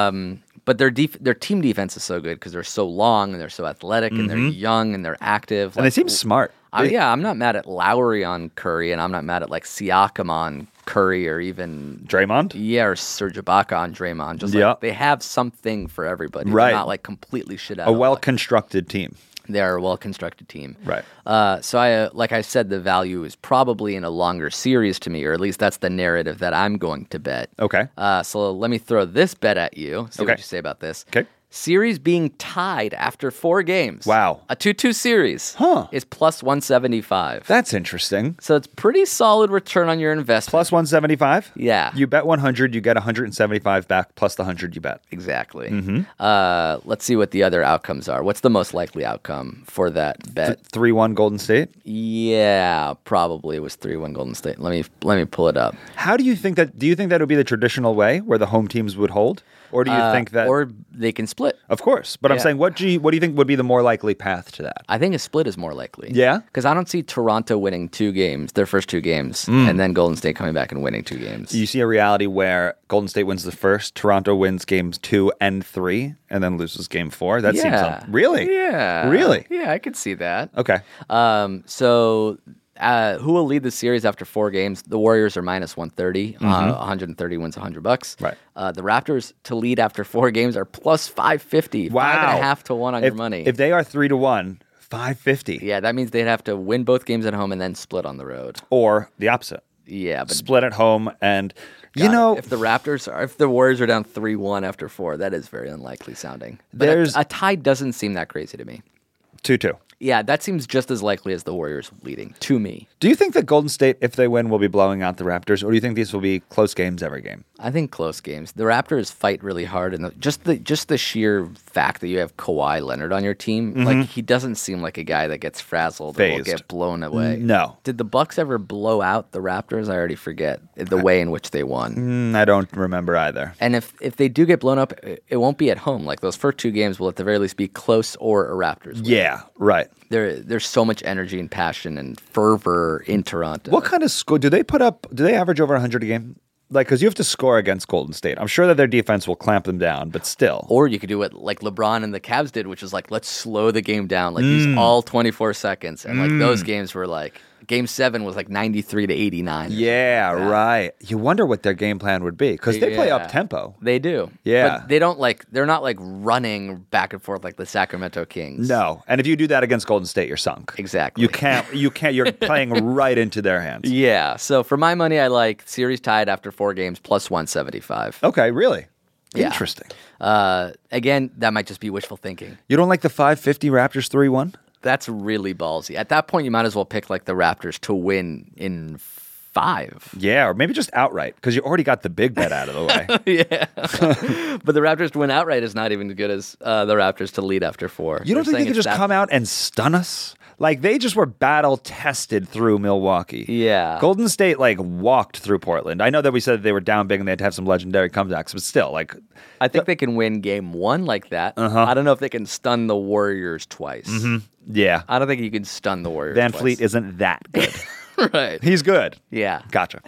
[SPEAKER 2] But their def- their team defense is so good because they're so long and they're so athletic and they're young and they're active.
[SPEAKER 4] Mm-hmm. and they seem smart.
[SPEAKER 2] I,
[SPEAKER 4] They-
[SPEAKER 2] yeah, I'm not mad at Lowry on Curry, and I'm not mad at like Siakam on Curry or even
[SPEAKER 4] Draymond.
[SPEAKER 2] yeah or Serge Ibaka on Draymond. Just
[SPEAKER 4] Yeah.
[SPEAKER 2] like they have something for everybody.
[SPEAKER 4] Right.
[SPEAKER 2] they're not like completely shit out.
[SPEAKER 4] A
[SPEAKER 2] of
[SPEAKER 4] well
[SPEAKER 2] luck.
[SPEAKER 4] constructed team.
[SPEAKER 2] they are a well constructed team.
[SPEAKER 4] Right.
[SPEAKER 2] Uh, so I uh, like I said, the value is probably in a longer series to me, or at least that's the narrative that I'm going to bet.
[SPEAKER 4] Okay.
[SPEAKER 2] Uh, so let me throw this bet at you. See
[SPEAKER 4] Okay.
[SPEAKER 2] what you say about this.
[SPEAKER 4] Okay.
[SPEAKER 2] Series being tied after four games.
[SPEAKER 4] Wow.
[SPEAKER 2] A two-two series.
[SPEAKER 4] Huh.
[SPEAKER 2] Is plus one seventy-five.
[SPEAKER 4] That's interesting.
[SPEAKER 2] So it's pretty solid return on your investment.
[SPEAKER 4] Plus 175?
[SPEAKER 2] Yeah.
[SPEAKER 4] You bet 100, you get 175 back plus the 100 you bet.
[SPEAKER 2] exactly.
[SPEAKER 4] Mm-hmm.
[SPEAKER 2] Uh, let's see what the other outcomes are. What's the most likely outcome for that bet?
[SPEAKER 4] 3 1 Golden State.
[SPEAKER 2] yeah, probably it was three-one Golden State. Let me let me pull it up.
[SPEAKER 4] How do you think that? Do you think that would be the traditional way where the home teams would hold? Or do you
[SPEAKER 2] Uh,
[SPEAKER 4] think that.
[SPEAKER 2] or they can split.
[SPEAKER 4] of course. But I'm
[SPEAKER 2] Yeah.
[SPEAKER 4] saying, what do, you, what do you think would be the more likely path to that?
[SPEAKER 2] I think a split is more likely.
[SPEAKER 4] Yeah?
[SPEAKER 2] because I don't see Toronto winning two games, their first two games,
[SPEAKER 4] Mm.
[SPEAKER 2] and then Golden State coming back and winning two games.
[SPEAKER 4] Do you see a reality where Golden State wins the first, Toronto wins games two and three, and then loses game four? That seems.
[SPEAKER 2] yeah,
[SPEAKER 4] un- really?
[SPEAKER 2] Yeah,
[SPEAKER 4] Really?
[SPEAKER 2] Yeah, I could see that.
[SPEAKER 4] Okay.
[SPEAKER 2] Um, so uh, who will lead the series after four games? The Warriors are minus 130. Uh, 130 wins 100 bucks.
[SPEAKER 4] Mm-hmm. Right.
[SPEAKER 2] Uh, the Raptors to lead after four games are plus 550.
[SPEAKER 4] Wow.
[SPEAKER 2] Five and a half to one on
[SPEAKER 4] if,
[SPEAKER 2] your money.
[SPEAKER 4] If they are three to one, 550.
[SPEAKER 2] yeah, that means they'd have to win both games at home and then split on the road.
[SPEAKER 4] Or the opposite.
[SPEAKER 2] Yeah, but
[SPEAKER 4] Split at home and. You
[SPEAKER 2] God,
[SPEAKER 4] know,
[SPEAKER 2] if the Raptors are, if the Warriors are down 3 1 after four, that is very unlikely sounding. But a-
[SPEAKER 4] There's-
[SPEAKER 2] a tie doesn't seem that crazy to me.
[SPEAKER 4] two two.
[SPEAKER 2] Yeah, that seems just as likely as the Warriors leading to me.
[SPEAKER 4] Do you think that Golden State, if they win, will be blowing out the Raptors, or do you think these will be close games every game?
[SPEAKER 2] I think close games. The Raptors fight really hard, and the, just the just the sheer fact that you have Kawhi Leonard on your team, like he doesn't seem like a guy that gets frazzled or will
[SPEAKER 4] Mm-hmm. Phased.
[SPEAKER 2] get blown away.
[SPEAKER 4] No.
[SPEAKER 2] Did the Bucks ever blow out the Raptors? I already forget the way in which they won.
[SPEAKER 4] Mm, I don't remember either.
[SPEAKER 2] And if if they do get blown up, it, it won't be at home. Like those first two games will at the very least be close or a Raptors. win.
[SPEAKER 4] Yeah, right.
[SPEAKER 2] There there's so much energy and passion and fervor in Toronto.
[SPEAKER 4] What kind of score do they put up? Do they average over 100 a game? Like, because you have to score against Golden State. I'm sure that their defense will clamp them down, but still.
[SPEAKER 2] Or you could do what like LeBron and the Cavs did, which is like let's slow the game down, like
[SPEAKER 4] Mm.
[SPEAKER 2] use all 24 seconds, and like those games were like game seven was like 93 to 89. or
[SPEAKER 4] yeah, right. You wonder what their game plan would be because they play
[SPEAKER 2] Yeah.
[SPEAKER 4] up tempo.
[SPEAKER 2] something. They do,
[SPEAKER 4] Yeah.
[SPEAKER 2] But they don't like they're not like running back and forth like the Sacramento Kings.
[SPEAKER 4] No, and if you do that against Golden State, you're sunk.
[SPEAKER 2] Exactly.
[SPEAKER 4] You can't. You can't. You're playing right into their hands.
[SPEAKER 2] Yeah. So for my money, I like series tied after four games plus 175.
[SPEAKER 4] Okay, really.
[SPEAKER 2] Yeah.
[SPEAKER 4] Interesting.
[SPEAKER 2] Uh, again, that might just be wishful thinking.
[SPEAKER 4] You don't like the 550 Raptors 3 1?
[SPEAKER 2] That's really ballsy. At that point, you might as well pick like the Raptors to win in five.
[SPEAKER 4] Yeah, or maybe just outright because you already got the big bet out of the way.
[SPEAKER 2] yeah. but the Raptors to win outright is not even as good as uh, the Raptors to lead after four.
[SPEAKER 4] You don't think they could just come out and stun us? Like they just were battle tested through Milwaukee.
[SPEAKER 2] Yeah.
[SPEAKER 4] Golden State like walked through Portland. I know that we said that they were down big and they had to have some legendary comebacks, but still, like
[SPEAKER 2] I think they can win game one like that.
[SPEAKER 4] Uh-huh.
[SPEAKER 2] I don't know if they can stun the Warriors twice.
[SPEAKER 4] yeah.
[SPEAKER 2] I don't think you can stun the Warriors.
[SPEAKER 4] Mm-hmm. Van
[SPEAKER 2] twice.
[SPEAKER 4] Fleet isn't that good.
[SPEAKER 2] right.
[SPEAKER 4] He's good.
[SPEAKER 2] Yeah.
[SPEAKER 4] Gotcha.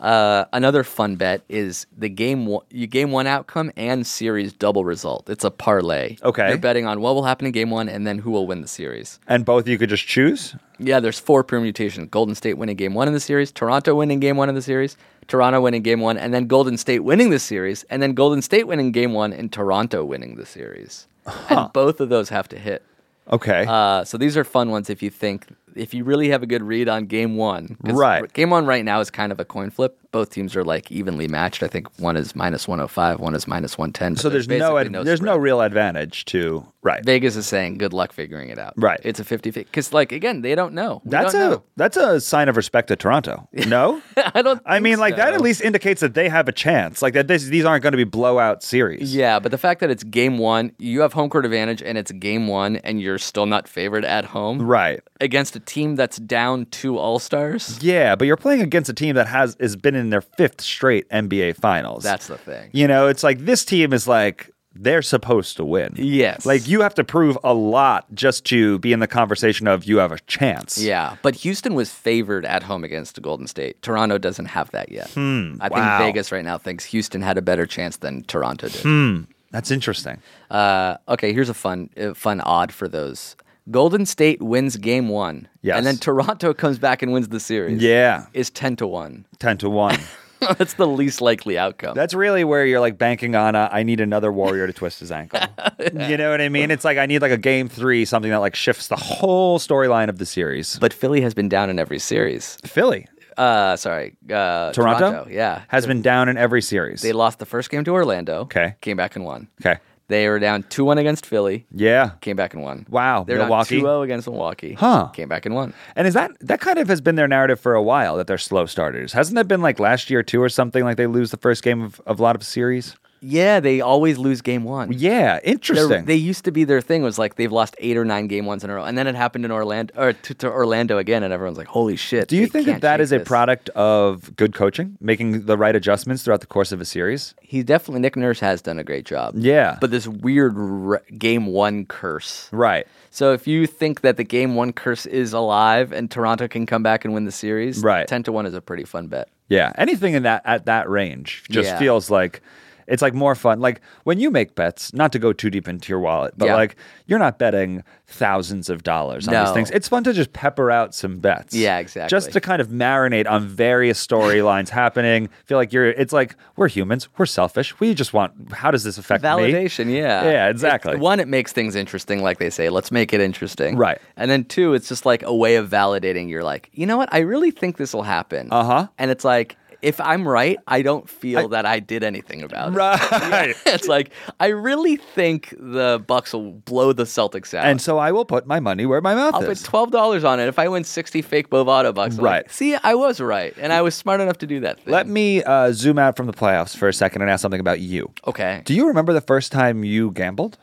[SPEAKER 2] Uh, another fun bet is the game one, you game one outcome and series double result. It's a parlay.
[SPEAKER 4] Okay.
[SPEAKER 2] You're betting on what will happen in game one and then who will win the series.
[SPEAKER 4] And both you could just choose.
[SPEAKER 2] Yeah, there's four permutations. Golden State winning game one in the series, Toronto winning game one in the series, Toronto winning game one, and then Golden State winning the series, and then Golden State winning game one and Toronto winning the series. And both of those have to hit.
[SPEAKER 4] Okay.
[SPEAKER 2] Uh, so these are fun ones if you think, if you really have a good read on game one. 'Cause
[SPEAKER 4] Right.
[SPEAKER 2] Game one right now is kind of a coin flip. both teams are like evenly matched. I think one is minus 105, one is minus 110. but
[SPEAKER 4] So there's no, ad-
[SPEAKER 2] basically
[SPEAKER 4] there's no
[SPEAKER 2] spread.
[SPEAKER 4] real advantage to right.
[SPEAKER 2] Vegas is saying good luck figuring it out.
[SPEAKER 4] Right.
[SPEAKER 2] It's a 50 Because, like, again, they don't know. We
[SPEAKER 4] that's a
[SPEAKER 2] don't know.
[SPEAKER 4] that's a sign of respect to Toronto. No,
[SPEAKER 2] I don't.
[SPEAKER 4] I mean
[SPEAKER 2] think
[SPEAKER 4] like that
[SPEAKER 2] so.
[SPEAKER 4] at least indicates that they have a chance. Like that this, these aren't going to be blowout series.
[SPEAKER 2] Yeah, but the fact that it's game one, you have home court advantage, and it's game one, and you're still not favored at home
[SPEAKER 4] Right.
[SPEAKER 2] against a team that's down two All Stars.
[SPEAKER 4] Yeah, but you're playing against a team that has has been in their fifth straight NBA Finals.
[SPEAKER 2] That's the thing.
[SPEAKER 4] you know, it's like this team is like they're supposed to win.
[SPEAKER 2] Yes.
[SPEAKER 4] like you have to prove a lot just to be in the conversation of you have a chance.
[SPEAKER 2] Yeah, but Houston was favored at home against Golden State. Toronto doesn't have that yet. I think
[SPEAKER 4] Hmm, wow.
[SPEAKER 2] Vegas right now thinks Houston had a better chance than Toronto did.
[SPEAKER 4] Hmm. that's interesting.
[SPEAKER 2] Uh, okay, here's a fun, uh, fun odd for those. Golden State wins Game One,
[SPEAKER 4] Yes.
[SPEAKER 2] and then Toronto comes back and wins the series.
[SPEAKER 4] Yeah,
[SPEAKER 2] is ten to one.
[SPEAKER 4] ten to one.
[SPEAKER 2] That's the least likely outcome.
[SPEAKER 4] That's really where you're like banking on. A, I need another warrior to twist his ankle. You know what I mean? It's like I need like a game three, something that like shifts the whole storyline of the series.
[SPEAKER 2] but Philly has been down in every series.
[SPEAKER 4] Philly,
[SPEAKER 2] Uh, sorry, uh,
[SPEAKER 4] Toronto,
[SPEAKER 2] Yeah,
[SPEAKER 4] has been down in every series.
[SPEAKER 2] they lost the first game to Orlando.
[SPEAKER 4] Okay.
[SPEAKER 2] came back and won.
[SPEAKER 4] okay,
[SPEAKER 2] They were down two one against Philly.
[SPEAKER 4] yeah.
[SPEAKER 2] Came back and won.
[SPEAKER 4] Wow,
[SPEAKER 2] They're
[SPEAKER 4] Milwaukee?
[SPEAKER 2] down 2-0 against Milwaukee.
[SPEAKER 4] Huh.
[SPEAKER 2] Came back and won.
[SPEAKER 4] And is that that kind of has been their narrative for a while that they're slow starters? Hasn't that been like last year too, or something? Like they lose the first game of, of a lot of series.
[SPEAKER 2] Yeah, they always lose game one.
[SPEAKER 4] Yeah,
[SPEAKER 2] They're-
[SPEAKER 4] interesting.
[SPEAKER 2] They used to be their thing was like they've lost eight or nine game ones in a row, and then it happened in Orlando or to, to Orlando again, and everyone's like, "Holy shit!"
[SPEAKER 4] Do you
[SPEAKER 2] they
[SPEAKER 4] think that
[SPEAKER 2] can't
[SPEAKER 4] that
[SPEAKER 2] shake
[SPEAKER 4] is a
[SPEAKER 2] this.
[SPEAKER 4] product of good coaching, making the right adjustments throughout the course of a series?
[SPEAKER 2] He definitely Nick Nurse has done a great job.
[SPEAKER 4] Yeah.
[SPEAKER 2] but this weird re- game one curse.
[SPEAKER 4] Right.
[SPEAKER 2] So if you think that the game one curse is alive and Toronto can come back and win the series,
[SPEAKER 4] Right.
[SPEAKER 2] ten to one is a pretty fun bet.
[SPEAKER 4] Yeah. Anything in that at that range just
[SPEAKER 2] Yeah.
[SPEAKER 4] feels like it's like more fun. Like when you make bets, not to go too deep into your wallet, but
[SPEAKER 2] Yeah.
[SPEAKER 4] like you're not betting thousands of dollars on these
[SPEAKER 2] No.
[SPEAKER 4] things. It's fun to just pepper out some bets.
[SPEAKER 2] Yeah, exactly.
[SPEAKER 4] Just to kind of marinate on various storylines happening. Feel like you're it's like we're humans, we're selfish. We just want how does this affect me?
[SPEAKER 2] Validation, yeah.
[SPEAKER 4] Yeah,
[SPEAKER 2] It-
[SPEAKER 4] exactly.
[SPEAKER 2] one, it makes things interesting, like they say. Let's make it interesting.
[SPEAKER 4] Right.
[SPEAKER 2] And then two, it's just like a way of validating. You're like, you know what? I really think this will happen. Uh
[SPEAKER 4] Uh-huh.
[SPEAKER 2] And it's like, if I'm right, I don't feel that I did anything about it.
[SPEAKER 4] Right.
[SPEAKER 2] It's like I really think the Bucks will blow the Celtics out.
[SPEAKER 4] And so I will put my money where my mouth
[SPEAKER 2] I'll put
[SPEAKER 4] is.
[SPEAKER 2] twelve dollars on it if I win sixty fake Bovado bucks. I'm
[SPEAKER 4] Right.
[SPEAKER 2] Like, See, I was right, and I was smart enough to do that. Thing.
[SPEAKER 4] Let me uh, zoom out from the playoffs for a second and ask something about you.
[SPEAKER 2] Okay.
[SPEAKER 4] Do you remember the first time you gambled?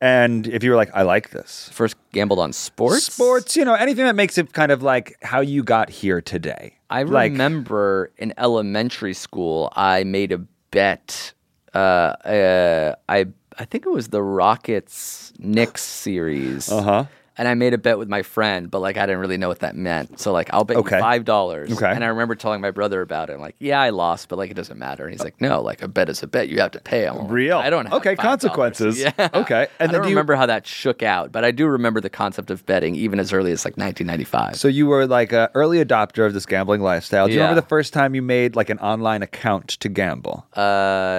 [SPEAKER 4] and if you were like, I like this.
[SPEAKER 2] First gambled on sports.
[SPEAKER 4] Sports, you know, anything that makes it kind of like how you got here today.
[SPEAKER 2] I
[SPEAKER 4] like,
[SPEAKER 2] remember in elementary school, I made a bet. Uh, uh, I I think it was the Rockets Knicks series. Uh
[SPEAKER 4] Uh-huh.
[SPEAKER 2] huh. And I made a bet with my friend, but like I didn't really know what that meant. So like I'll bet
[SPEAKER 4] Okay.
[SPEAKER 2] you five dollars.
[SPEAKER 4] Okay.
[SPEAKER 2] And I remember telling my brother about it. I'm like, yeah, I lost, but like it doesn't matter. And he's like, no, like a bet is a bet. You have to pay. I'm like,
[SPEAKER 4] Real.
[SPEAKER 2] I don't. Have
[SPEAKER 4] Okay,
[SPEAKER 2] $5."
[SPEAKER 4] consequences.
[SPEAKER 2] Yeah.
[SPEAKER 4] Okay. And
[SPEAKER 2] I
[SPEAKER 4] then
[SPEAKER 2] don't
[SPEAKER 4] do you-
[SPEAKER 2] remember how that shook out, but I do remember the concept of betting even as early as like 1995.
[SPEAKER 4] So you were like an early adopter of this gambling lifestyle. Do you
[SPEAKER 2] Yeah.
[SPEAKER 4] remember the first time you made like an online account to gamble? Uh,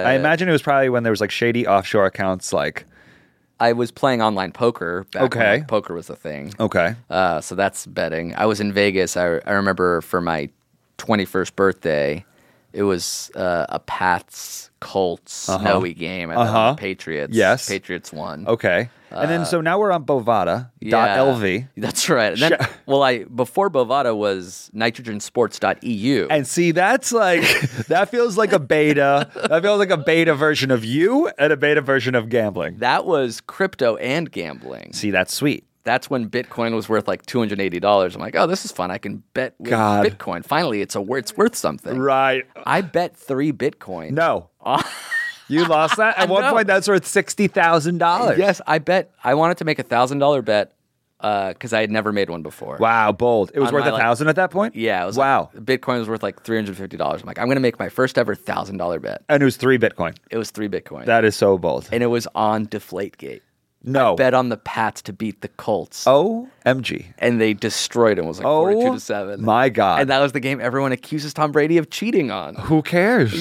[SPEAKER 4] I imagine it was probably when there was like shady offshore accounts. Like,
[SPEAKER 2] I was playing online poker. Back
[SPEAKER 4] Okay.
[SPEAKER 2] When, like, poker was a thing.
[SPEAKER 4] okay,
[SPEAKER 2] Uh, so that's betting. I was in Vegas. I, I remember for my 21st birthday, it was uh, a Pats Colts snowy game. I bet on
[SPEAKER 4] Uh-huh.
[SPEAKER 2] Patriots.
[SPEAKER 4] Yes. Oh,
[SPEAKER 2] Patriots won.
[SPEAKER 4] okay. and then so now we're on Bovada.lv.
[SPEAKER 2] Uh, Yeah.
[SPEAKER 4] LV.
[SPEAKER 2] That's right. And then,
[SPEAKER 4] Sh-
[SPEAKER 2] well, I before Bovada was E nitrogensports.eu.
[SPEAKER 4] And see, that's like that feels like a beta. That feels like a beta version of you and a beta version of gambling.
[SPEAKER 2] that was crypto and gambling.
[SPEAKER 4] See, that's sweet.
[SPEAKER 2] That's when Bitcoin was worth like two hundred eighty dollars. I'm like, oh, this is fun. I can bet with
[SPEAKER 4] God.
[SPEAKER 2] Bitcoin. Finally, it's a wor- it's worth something.
[SPEAKER 4] Right.
[SPEAKER 2] I bet three Bitcoin.
[SPEAKER 4] No. you lost that? At one
[SPEAKER 2] No.
[SPEAKER 4] point that's worth sixty thousand dollars.
[SPEAKER 2] Yes, I bet. I wanted to make a thousand dollar bet because I had never made one before.
[SPEAKER 4] Wow, bold. It was
[SPEAKER 2] On
[SPEAKER 4] worth
[SPEAKER 2] my,
[SPEAKER 4] a
[SPEAKER 2] like-
[SPEAKER 4] thousand at that point?
[SPEAKER 2] Yeah. It was
[SPEAKER 4] wow.
[SPEAKER 2] like- Bitcoin was worth like three hundred fifty dollars. I'm like, I'm gonna make my first ever thousand dollar bet.
[SPEAKER 4] and it was three Bitcoin.
[SPEAKER 2] It was three Bitcoin,
[SPEAKER 4] That is so bold.
[SPEAKER 2] and it was on DeflateGate.
[SPEAKER 4] No.
[SPEAKER 2] Bet on the Pats to beat the Colts,
[SPEAKER 4] OMG.
[SPEAKER 2] and they destroyed him. It was like
[SPEAKER 4] Oh,
[SPEAKER 2] forty-two to seven.
[SPEAKER 4] my God.
[SPEAKER 2] And that was the game everyone accuses Tom Brady of cheating on.
[SPEAKER 4] Who cares?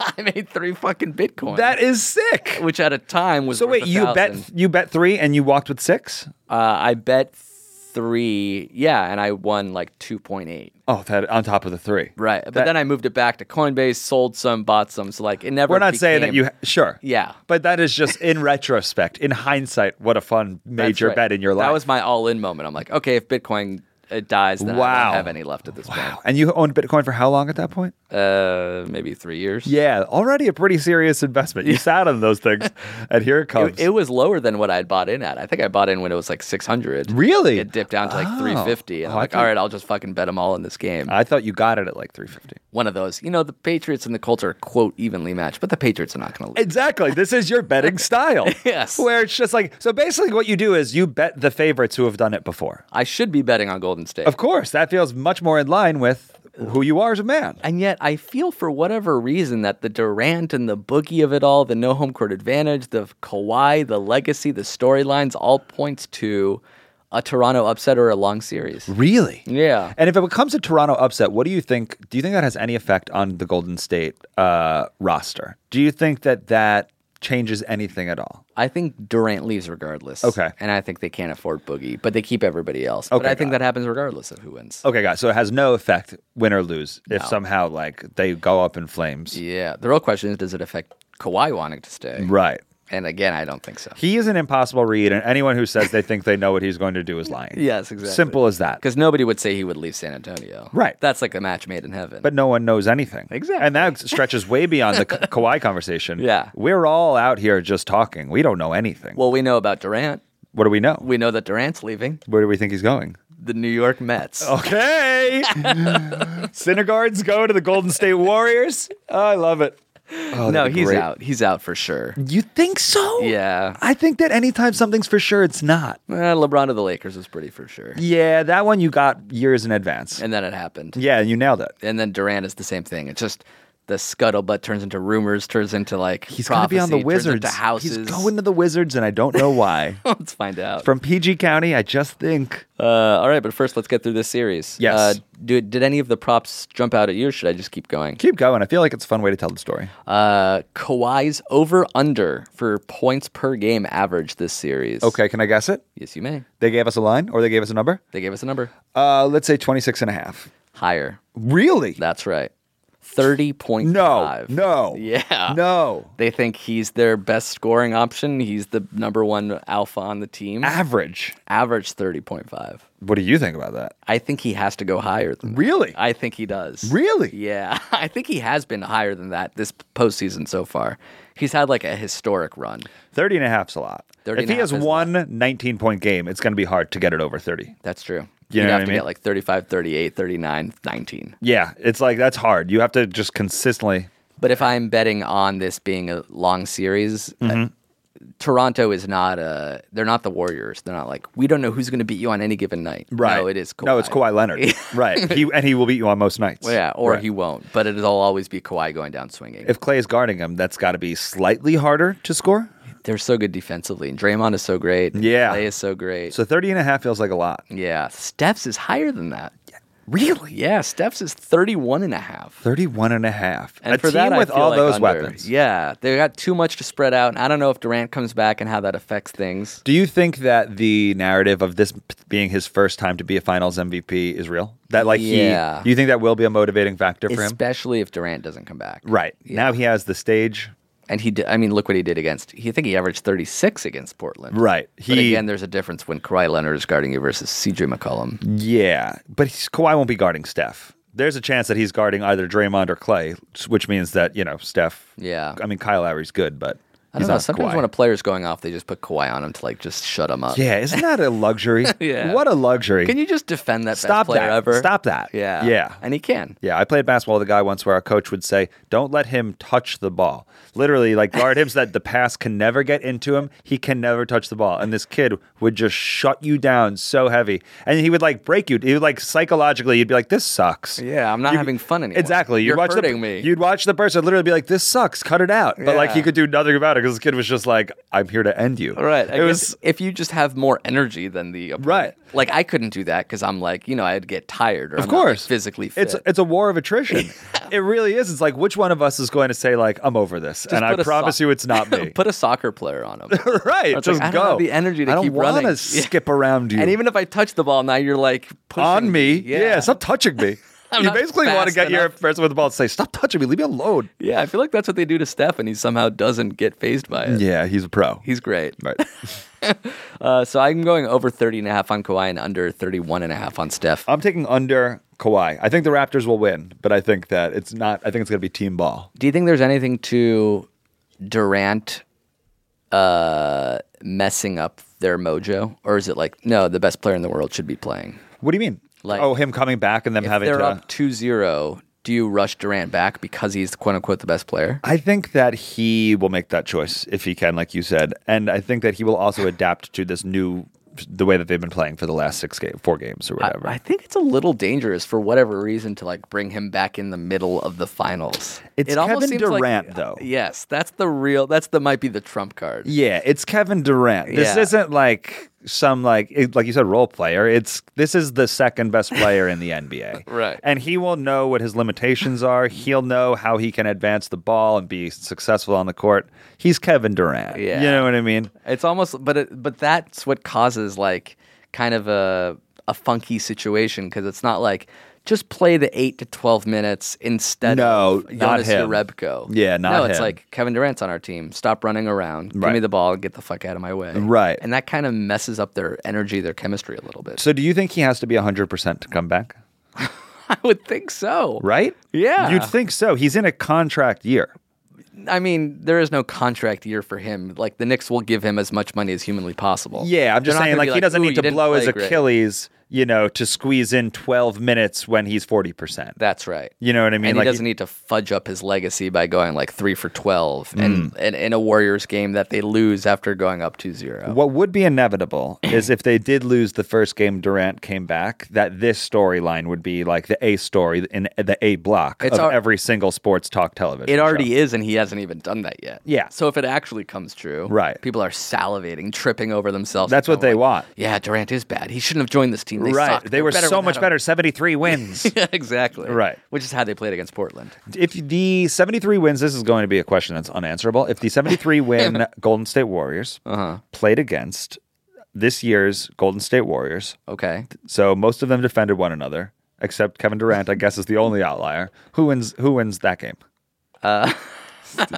[SPEAKER 2] I made three fucking Bitcoin.
[SPEAKER 4] That is sick.
[SPEAKER 2] which at a time was
[SPEAKER 4] So
[SPEAKER 2] worth
[SPEAKER 4] wait,
[SPEAKER 2] a
[SPEAKER 4] you bet
[SPEAKER 2] thousand.
[SPEAKER 4] you bet three and you walked with six?
[SPEAKER 2] Uh, I bet three. Yeah, and I won like two point eight.
[SPEAKER 4] Oh, that on top of the three.
[SPEAKER 2] Right, but
[SPEAKER 4] That-
[SPEAKER 2] then I moved it back to Coinbase, sold some, bought some. So like it never.
[SPEAKER 4] We're not saying that
[SPEAKER 2] became-
[SPEAKER 4] you sure.
[SPEAKER 2] Yeah.
[SPEAKER 4] But that is just in retrospect, in hindsight, what a fun
[SPEAKER 2] That's
[SPEAKER 4] major
[SPEAKER 2] right.
[SPEAKER 4] bet in your life.
[SPEAKER 2] That was my all-in moment. I'm like, okay, if Bitcoin uh, dies, then I
[SPEAKER 4] Wow.
[SPEAKER 2] don't have any left at this
[SPEAKER 4] Wow. And you owned Bitcoin for how long at that point?
[SPEAKER 2] point. Uh, maybe three years.
[SPEAKER 4] Yeah, already a pretty serious investment. You sat on those things, and here it comes.
[SPEAKER 2] It, it was lower than what I had bought in at. I think I bought in when it was like 600.
[SPEAKER 4] Really?
[SPEAKER 2] It dipped down to like
[SPEAKER 4] Oh.
[SPEAKER 2] 350. And
[SPEAKER 4] Oh,
[SPEAKER 2] I'm
[SPEAKER 4] I
[SPEAKER 2] like,
[SPEAKER 4] thought- Uh,
[SPEAKER 2] all right, I'll just fucking bet them all in this game.
[SPEAKER 4] I thought you got it at like three fifty.
[SPEAKER 2] One of those. You know, the Patriots and the Colts are, quote, evenly matched, but the Patriots are not going to lose.
[SPEAKER 4] Exactly. This is your betting style.
[SPEAKER 2] Yes.
[SPEAKER 4] Where it's just like so. Basically, what you do is you bet the favorites who have done it before.
[SPEAKER 2] I should be betting on Golden State.
[SPEAKER 4] Of course, that feels much more in line with who you are as a man.
[SPEAKER 2] And yet, I feel for whatever reason that the Durant and the boogie of it all, the no home court advantage, the Kawhi, the legacy, the storylines all points to a Toronto upset or a long series.
[SPEAKER 4] Really?
[SPEAKER 2] Yeah.
[SPEAKER 4] And if it becomes a Toronto upset, what do you think? Do you think that has any effect on the Golden State uh, roster? Do you think that that changes anything at all?
[SPEAKER 2] I think Durant leaves regardless.
[SPEAKER 4] Okay.
[SPEAKER 2] And I think they can't afford Boogie, but they keep everybody else. but
[SPEAKER 4] Okay,
[SPEAKER 2] I think
[SPEAKER 4] got
[SPEAKER 2] that happens regardless of who wins.
[SPEAKER 4] Okay, guys. So it has no effect, win or lose, if somehow like they go up in flames.
[SPEAKER 2] Yeah. The real question is does it affect Kawhi wanting to stay?
[SPEAKER 4] Right.
[SPEAKER 2] And again, I don't think so.
[SPEAKER 4] He is an impossible read, and anyone who says they think they know what he's going to do is lying.
[SPEAKER 2] Yes, exactly.
[SPEAKER 4] Simple as that.
[SPEAKER 2] Because nobody would say he would leave San Antonio.
[SPEAKER 4] Right.
[SPEAKER 2] That's like a match made in heaven.
[SPEAKER 4] But no one knows anything.
[SPEAKER 2] Exactly.
[SPEAKER 4] And that stretches way beyond the Ka- Kawhi conversation.
[SPEAKER 2] Yeah.
[SPEAKER 4] We're all out here just talking. We don't know anything.
[SPEAKER 2] well, we know about Durant.
[SPEAKER 4] what do we know?
[SPEAKER 2] We know that Durant's leaving
[SPEAKER 4] Where do we think he's going?
[SPEAKER 2] the New York Mets.
[SPEAKER 4] Oh, Okay. Synagogues go to the Golden State Warriors. Oh, I love it. Oh,
[SPEAKER 2] no,
[SPEAKER 4] that'd be
[SPEAKER 2] he's
[SPEAKER 4] great.
[SPEAKER 2] out. He's out for sure.
[SPEAKER 4] You think so?
[SPEAKER 2] Yeah.
[SPEAKER 4] I think that anytime something's for sure, it's not.
[SPEAKER 2] Eh, LeBron to the Lakers was pretty for sure.
[SPEAKER 4] Yeah, that one you got years in advance.
[SPEAKER 2] And then it happened.
[SPEAKER 4] yeah, you nailed it.
[SPEAKER 2] and then Durant is the same thing. It's just the scuttlebutt turns into rumors, turns into like
[SPEAKER 4] He's going to
[SPEAKER 2] prophecy,
[SPEAKER 4] be on the
[SPEAKER 2] turns
[SPEAKER 4] Wizards.
[SPEAKER 2] into houses.
[SPEAKER 4] He's going to the Wizards, and I don't know why.
[SPEAKER 2] Let's find out.
[SPEAKER 4] From PG County, I just think.
[SPEAKER 2] uh, all right, but first let's get through this series.
[SPEAKER 4] Yes.
[SPEAKER 2] Uh, do, did any of the props jump out at you, or should I just keep going?
[SPEAKER 4] Keep going. I feel like it's a fun way to tell the story.
[SPEAKER 2] Uh, Kawhi's over under for points per game average this series.
[SPEAKER 4] Okay, can I guess it?
[SPEAKER 2] Yes, you may.
[SPEAKER 4] They gave us a line or they gave us a number?
[SPEAKER 2] They gave us a number
[SPEAKER 4] Uh, let's say 26 and a half.
[SPEAKER 2] higher.
[SPEAKER 4] Really?
[SPEAKER 2] That's right. Thirty point
[SPEAKER 4] No. No.
[SPEAKER 2] Yeah.
[SPEAKER 4] No.
[SPEAKER 2] They think he's their best scoring option. He's the number one alpha on the team.
[SPEAKER 4] Ah. Average.
[SPEAKER 2] average 30.5.
[SPEAKER 4] What do you think about that?
[SPEAKER 2] I think he has to go higher than that.
[SPEAKER 4] Really?
[SPEAKER 2] I think he does.
[SPEAKER 4] Really?
[SPEAKER 2] Yeah. I think he has been higher than that this postseason so far. He's had like a historic run.
[SPEAKER 4] 30 and a half's a lot.
[SPEAKER 2] 30
[SPEAKER 4] if
[SPEAKER 2] and a
[SPEAKER 4] he has
[SPEAKER 2] half is a
[SPEAKER 4] one 19 point game, it's going to be hard to get it over 30.
[SPEAKER 2] That's true.
[SPEAKER 4] You
[SPEAKER 2] You'd
[SPEAKER 4] know
[SPEAKER 2] have
[SPEAKER 4] what I
[SPEAKER 2] to
[SPEAKER 4] mean?
[SPEAKER 2] get like 35, 38, 39, 19.
[SPEAKER 4] Yeah, it's like that's hard. You have to just consistently.
[SPEAKER 2] But if I'm betting on this being a long series,
[SPEAKER 4] Mm-hmm.
[SPEAKER 2] uh, Toronto is not a. They're not the Warriors. They're not like we don't know who's going to beat you on any given night. No, it is Kawhi.
[SPEAKER 4] No, it's Kawhi Leonard. right. He and he will beat you on most nights.
[SPEAKER 2] Yeah, or
[SPEAKER 4] Right.
[SPEAKER 2] he won't. But it'll always be Kawhi going down swinging.
[SPEAKER 4] If Clay is guarding him, that's got to be slightly harder to score.
[SPEAKER 2] They're so good defensively, and Draymond is so great.
[SPEAKER 4] Yeah.
[SPEAKER 2] Clay is so great.
[SPEAKER 4] So 30 and a half feels like a lot.
[SPEAKER 2] yeah, Steph's is higher than that.
[SPEAKER 4] Really?
[SPEAKER 2] Yeah, Steph's is 31 and a half.
[SPEAKER 4] 31 and a half.
[SPEAKER 2] And
[SPEAKER 4] a
[SPEAKER 2] for
[SPEAKER 4] team
[SPEAKER 2] that, I
[SPEAKER 4] with
[SPEAKER 2] feel
[SPEAKER 4] all
[SPEAKER 2] like
[SPEAKER 4] those
[SPEAKER 2] under.
[SPEAKER 4] weapons.
[SPEAKER 2] Yeah, they got too much to spread out, and I don't know if Durant comes back and how that affects things.
[SPEAKER 4] Do you think that the narrative of this p- being his first time to be a Finals MVP is real? That like
[SPEAKER 2] Yeah.
[SPEAKER 4] he, do you think that will be a motivating factor for him?
[SPEAKER 2] Especially if Durant doesn't come back.
[SPEAKER 4] Right now he has the stage.
[SPEAKER 2] And he, did, I mean, look what he did against. He I think he averaged 36 against Portland.
[SPEAKER 4] Right.
[SPEAKER 2] but
[SPEAKER 4] He-
[SPEAKER 2] again, there's a difference when Kawhi Leonard is guarding you versus CJ McCollum.
[SPEAKER 4] Yeah, but he's, Kawhi won't be guarding Steph. There's a chance that he's guarding either Draymond or Clay, s- which means that you know Steph.
[SPEAKER 2] Yeah.
[SPEAKER 4] I mean Kyle Lowry's good, but
[SPEAKER 2] I
[SPEAKER 4] he's
[SPEAKER 2] don't know.
[SPEAKER 4] not
[SPEAKER 2] Sometimes
[SPEAKER 4] Kawhi.
[SPEAKER 2] when a player's going off, they just put Kawhi on him to like just shut him up.
[SPEAKER 4] yeah, isn't that a luxury?
[SPEAKER 2] Yeah.
[SPEAKER 4] what a luxury.
[SPEAKER 2] Can you just defend that best
[SPEAKER 4] Stop
[SPEAKER 2] player
[SPEAKER 4] that.
[SPEAKER 2] ever?
[SPEAKER 4] Stop that.
[SPEAKER 2] Yeah.
[SPEAKER 4] Yeah.
[SPEAKER 2] And he can.
[SPEAKER 4] Yeah, I played basketball with a guy once where our coach would say, "Don't let him touch the ball." Literally, like guard him so that the pass can never get into him. He can never touch the ball. And this kid would just shut you down so heavy, and he would like break you. He would like psychologically, you'd be like, "This sucks."
[SPEAKER 2] Yeah, I'm not having fun anymore.
[SPEAKER 4] Exactly. You'd
[SPEAKER 2] You're
[SPEAKER 4] watch the,
[SPEAKER 2] hurting me.
[SPEAKER 4] You'd watch the person literally be like, "This sucks. Cut it out." But like
[SPEAKER 2] Yeah.
[SPEAKER 4] he could do nothing about it. because this kid was just like, "I'm here to end you."
[SPEAKER 2] Right. I
[SPEAKER 4] it
[SPEAKER 2] guess
[SPEAKER 4] was
[SPEAKER 2] if you just have more energy than the opponent.
[SPEAKER 4] Right.
[SPEAKER 2] Like I couldn't do that because I'm like you know I'd get tired or
[SPEAKER 4] Of
[SPEAKER 2] I'm not, like,
[SPEAKER 4] course.
[SPEAKER 2] physically fit.
[SPEAKER 4] it's it's a war of attrition. it really is. It's like which one of us is going to say like, "I'm over this," and I
[SPEAKER 2] put a
[SPEAKER 4] promise
[SPEAKER 2] sock-
[SPEAKER 4] you, it's not me.
[SPEAKER 2] Put a soccer player on him.
[SPEAKER 4] right.
[SPEAKER 2] It's
[SPEAKER 4] Just
[SPEAKER 2] like, I
[SPEAKER 4] go.
[SPEAKER 2] don't have the energy to
[SPEAKER 4] I don't
[SPEAKER 2] keep
[SPEAKER 4] wanna
[SPEAKER 2] running. Yeah.
[SPEAKER 4] skip around you.
[SPEAKER 2] and even if I touch the ball now, you're like pushing
[SPEAKER 4] on me. Yeah. stop touching me.
[SPEAKER 2] I'm
[SPEAKER 4] you
[SPEAKER 2] not
[SPEAKER 4] basically want to
[SPEAKER 2] fast
[SPEAKER 4] get your
[SPEAKER 2] enough.
[SPEAKER 4] person with the ball and say, "Stop touching me. Leave me alone."
[SPEAKER 2] Yeah, I feel like that's what they do to Steph, and he somehow doesn't get phased by it.
[SPEAKER 4] Yeah, he's a pro.
[SPEAKER 2] He's great.
[SPEAKER 4] right.
[SPEAKER 2] Uh, so I'm going over 30 and a half on Kawhi and under 31 and a half on Steph.
[SPEAKER 4] I'm taking under Kawhi. I think the Raptors will win, but I think that it's not. I think it's going to be team ball.
[SPEAKER 2] Do you think there's anything to Durant uh, messing up their mojo, or is it like no, the best player in the world should be playing?
[SPEAKER 4] What do you mean?
[SPEAKER 2] Like-
[SPEAKER 4] oh, him coming back and them
[SPEAKER 2] If
[SPEAKER 4] having
[SPEAKER 2] they're
[SPEAKER 4] to.
[SPEAKER 2] up 2-0, do you rush Durant back because he's quote unquote the best player?
[SPEAKER 4] I think that he will make that choice if he can, like you said, and I think that he will also adapt to this new, the way that they've been playing for the last six game, four games or
[SPEAKER 2] I,
[SPEAKER 4] whatever.
[SPEAKER 2] I think it's a little dangerous for whatever reason to like bring him back in the middle of the finals.
[SPEAKER 4] It's
[SPEAKER 2] it almost
[SPEAKER 4] Kevin
[SPEAKER 2] seems like-
[SPEAKER 4] Durant, though.
[SPEAKER 2] Yes, that's the real. That's the might be the trump card.
[SPEAKER 4] Yeah, it's Kevin Durant. This
[SPEAKER 2] Yeah.
[SPEAKER 4] isn't like some like it, like you said role player. It's this is the second best player in the NBA.
[SPEAKER 2] Right.
[SPEAKER 4] And he will know what his limitations are. He'll know how he can advance the ball and be successful on the court. He's Kevin Durant.
[SPEAKER 2] Yeah.
[SPEAKER 4] You know what I mean?
[SPEAKER 2] It's almost, but it, but that's what causes like kind of a a funky situation because it's not like just play the eight to twelve minutes instead
[SPEAKER 4] No,
[SPEAKER 2] of
[SPEAKER 4] not
[SPEAKER 2] Giannis
[SPEAKER 4] him.
[SPEAKER 2] Urebko.
[SPEAKER 4] Yeah, not
[SPEAKER 2] no. It's
[SPEAKER 4] him.
[SPEAKER 2] like Kevin Durant's on our team. Stop running around. Give me
[SPEAKER 4] Right.
[SPEAKER 2] the ball. and Get the fuck out of my way.
[SPEAKER 4] Right.
[SPEAKER 2] And that kind of messes up their energy, their chemistry a little bit.
[SPEAKER 4] So do you think he has to be 100% to come back?
[SPEAKER 2] I would think so.
[SPEAKER 4] Right?
[SPEAKER 2] Yeah.
[SPEAKER 4] You'd think so. He's in a contract year.
[SPEAKER 2] I mean, there is no contract year for him. Like the Knicks will give him as much money as humanly possible.
[SPEAKER 4] Yeah, I'm just
[SPEAKER 2] They're not
[SPEAKER 4] saying
[SPEAKER 2] gonna
[SPEAKER 4] like
[SPEAKER 2] be
[SPEAKER 4] he doesn't
[SPEAKER 2] "Ooh,
[SPEAKER 4] need
[SPEAKER 2] you
[SPEAKER 4] to
[SPEAKER 2] didn't
[SPEAKER 4] blow his
[SPEAKER 2] play great."
[SPEAKER 4] Achilles, you know, to squeeze in 12 minutes when he's 40%.
[SPEAKER 2] That's right.
[SPEAKER 4] You know what I mean?
[SPEAKER 2] And
[SPEAKER 4] Like,
[SPEAKER 2] he doesn't e- need to fudge up his legacy by going like three for twelve
[SPEAKER 4] Mm.
[SPEAKER 2] and, and in a Warriors game that they lose after going up 2-0.
[SPEAKER 4] What would be inevitable is if they did lose the first game, Durant came back, that this storyline would be like the A story in the A block
[SPEAKER 2] It's
[SPEAKER 4] of
[SPEAKER 2] al-
[SPEAKER 4] every single sports talk television.
[SPEAKER 2] It already
[SPEAKER 4] show.
[SPEAKER 2] is, and he hasn't even done that yet.
[SPEAKER 4] Yeah.
[SPEAKER 2] So if it actually comes true,
[SPEAKER 4] Right.
[SPEAKER 2] People are salivating, tripping over themselves.
[SPEAKER 4] That's what
[SPEAKER 2] Going,
[SPEAKER 4] they want.
[SPEAKER 2] Yeah, Durant is bad. He shouldn't have joined this team. They
[SPEAKER 4] right.
[SPEAKER 2] suck.
[SPEAKER 4] They
[SPEAKER 2] They're
[SPEAKER 4] were
[SPEAKER 2] better
[SPEAKER 4] so
[SPEAKER 2] without
[SPEAKER 4] much
[SPEAKER 2] him."
[SPEAKER 4] better. 73 wins.
[SPEAKER 2] Yeah, exactly.
[SPEAKER 4] Right.
[SPEAKER 2] Which is how they played against Portland.
[SPEAKER 4] if the 73 wins, this is going to be a question that's unanswerable. If the 73 win Golden State Warriors
[SPEAKER 2] Uh-huh.
[SPEAKER 4] played against this year's Golden State Warriors,
[SPEAKER 2] Okay.
[SPEAKER 4] so most of them defended one another, except Kevin Durant, I guess, is the only outlier. Who wins? Who wins that game?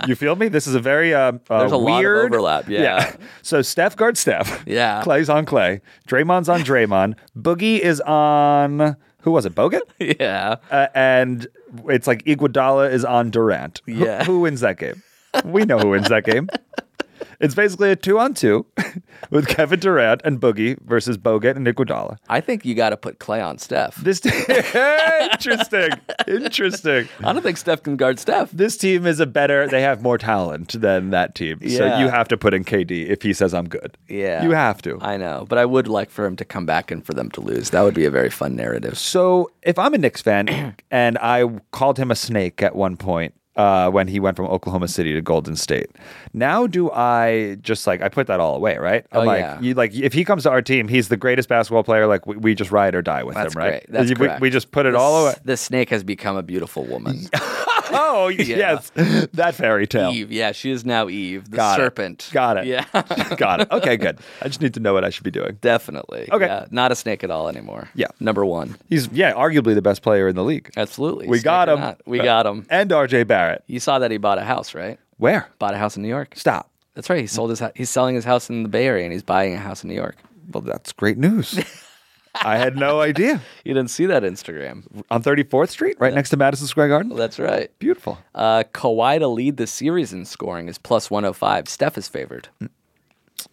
[SPEAKER 4] you feel me? This is a very uh, uh,
[SPEAKER 2] Uh, There's a lot of
[SPEAKER 4] weird
[SPEAKER 2] overlap, yeah.
[SPEAKER 4] So Steph guards Steph.
[SPEAKER 2] Yeah.
[SPEAKER 4] Clay's on Clay. Draymond's on Draymond. Boogie is on. Who was it? Bogut.
[SPEAKER 2] Yeah.
[SPEAKER 4] Uh, and it's like Iguodala is on Durant. Who-
[SPEAKER 2] Yeah.
[SPEAKER 4] Who, wins that game? We know who wins that game. It's basically a two on two with Kevin Durant and Boogie versus Bogut and Iguodala.
[SPEAKER 2] I think you got to put Clay on Steph.
[SPEAKER 4] This te- interesting, interesting.
[SPEAKER 2] I don't think Steph can guard Steph.
[SPEAKER 4] This team is a better. They have more talent than that team. So
[SPEAKER 2] Yeah.
[SPEAKER 4] you have to put in KD if he says I'm good.
[SPEAKER 2] Yeah.
[SPEAKER 4] you have to.
[SPEAKER 2] I know, but I would like for him to come back and for them to lose. That would be a very fun narrative.
[SPEAKER 4] So if I'm a Knicks fan and I called him a snake at one point uh, when he went from Oklahoma City to Golden State, now do I just like I put that all away, right? I'm
[SPEAKER 2] Oh,
[SPEAKER 4] like,
[SPEAKER 2] yeah.
[SPEAKER 4] you, like if he comes to our team, he's the greatest basketball player. Like we, we just ride or die with
[SPEAKER 2] That's
[SPEAKER 4] him, right?
[SPEAKER 2] great. That's
[SPEAKER 4] we, we-
[SPEAKER 2] correct.
[SPEAKER 4] we just put it
[SPEAKER 2] The
[SPEAKER 4] all away.
[SPEAKER 2] s- The snake has become a beautiful woman.
[SPEAKER 4] Oh yes, that fairy tale.
[SPEAKER 2] Eve. Yeah, she is now Eve, the
[SPEAKER 4] Got it.
[SPEAKER 2] serpent.
[SPEAKER 4] Got it.
[SPEAKER 2] Yeah.
[SPEAKER 4] Got it. Okay, good. I just need to know what I should be doing.
[SPEAKER 2] Definitely.
[SPEAKER 4] Okay.
[SPEAKER 2] Yeah, not a snake at all anymore.
[SPEAKER 4] Yeah.
[SPEAKER 2] Number one.
[SPEAKER 4] He's yeah, arguably the best player in the league.
[SPEAKER 2] Absolutely.
[SPEAKER 4] We
[SPEAKER 2] Snake
[SPEAKER 4] got
[SPEAKER 2] or
[SPEAKER 4] him.
[SPEAKER 2] not. We got him.
[SPEAKER 4] And RJ Barrett.
[SPEAKER 2] You saw that he bought a house, right?
[SPEAKER 4] Where?
[SPEAKER 2] Bought a house in New York.
[SPEAKER 4] Stop.
[SPEAKER 2] That's right. He sold his. hou- He's selling his house in the Bay Area, and he's buying a house in New York.
[SPEAKER 4] Well, that's great news. I had no idea.
[SPEAKER 2] You didn't see that Instagram.
[SPEAKER 4] On 34th Street, right next to Madison Square Garden.
[SPEAKER 2] That's right.
[SPEAKER 4] Beautiful.
[SPEAKER 2] Uh, Kawhi to lead the series in scoring is plus 105. Steph is favored.
[SPEAKER 4] Mm.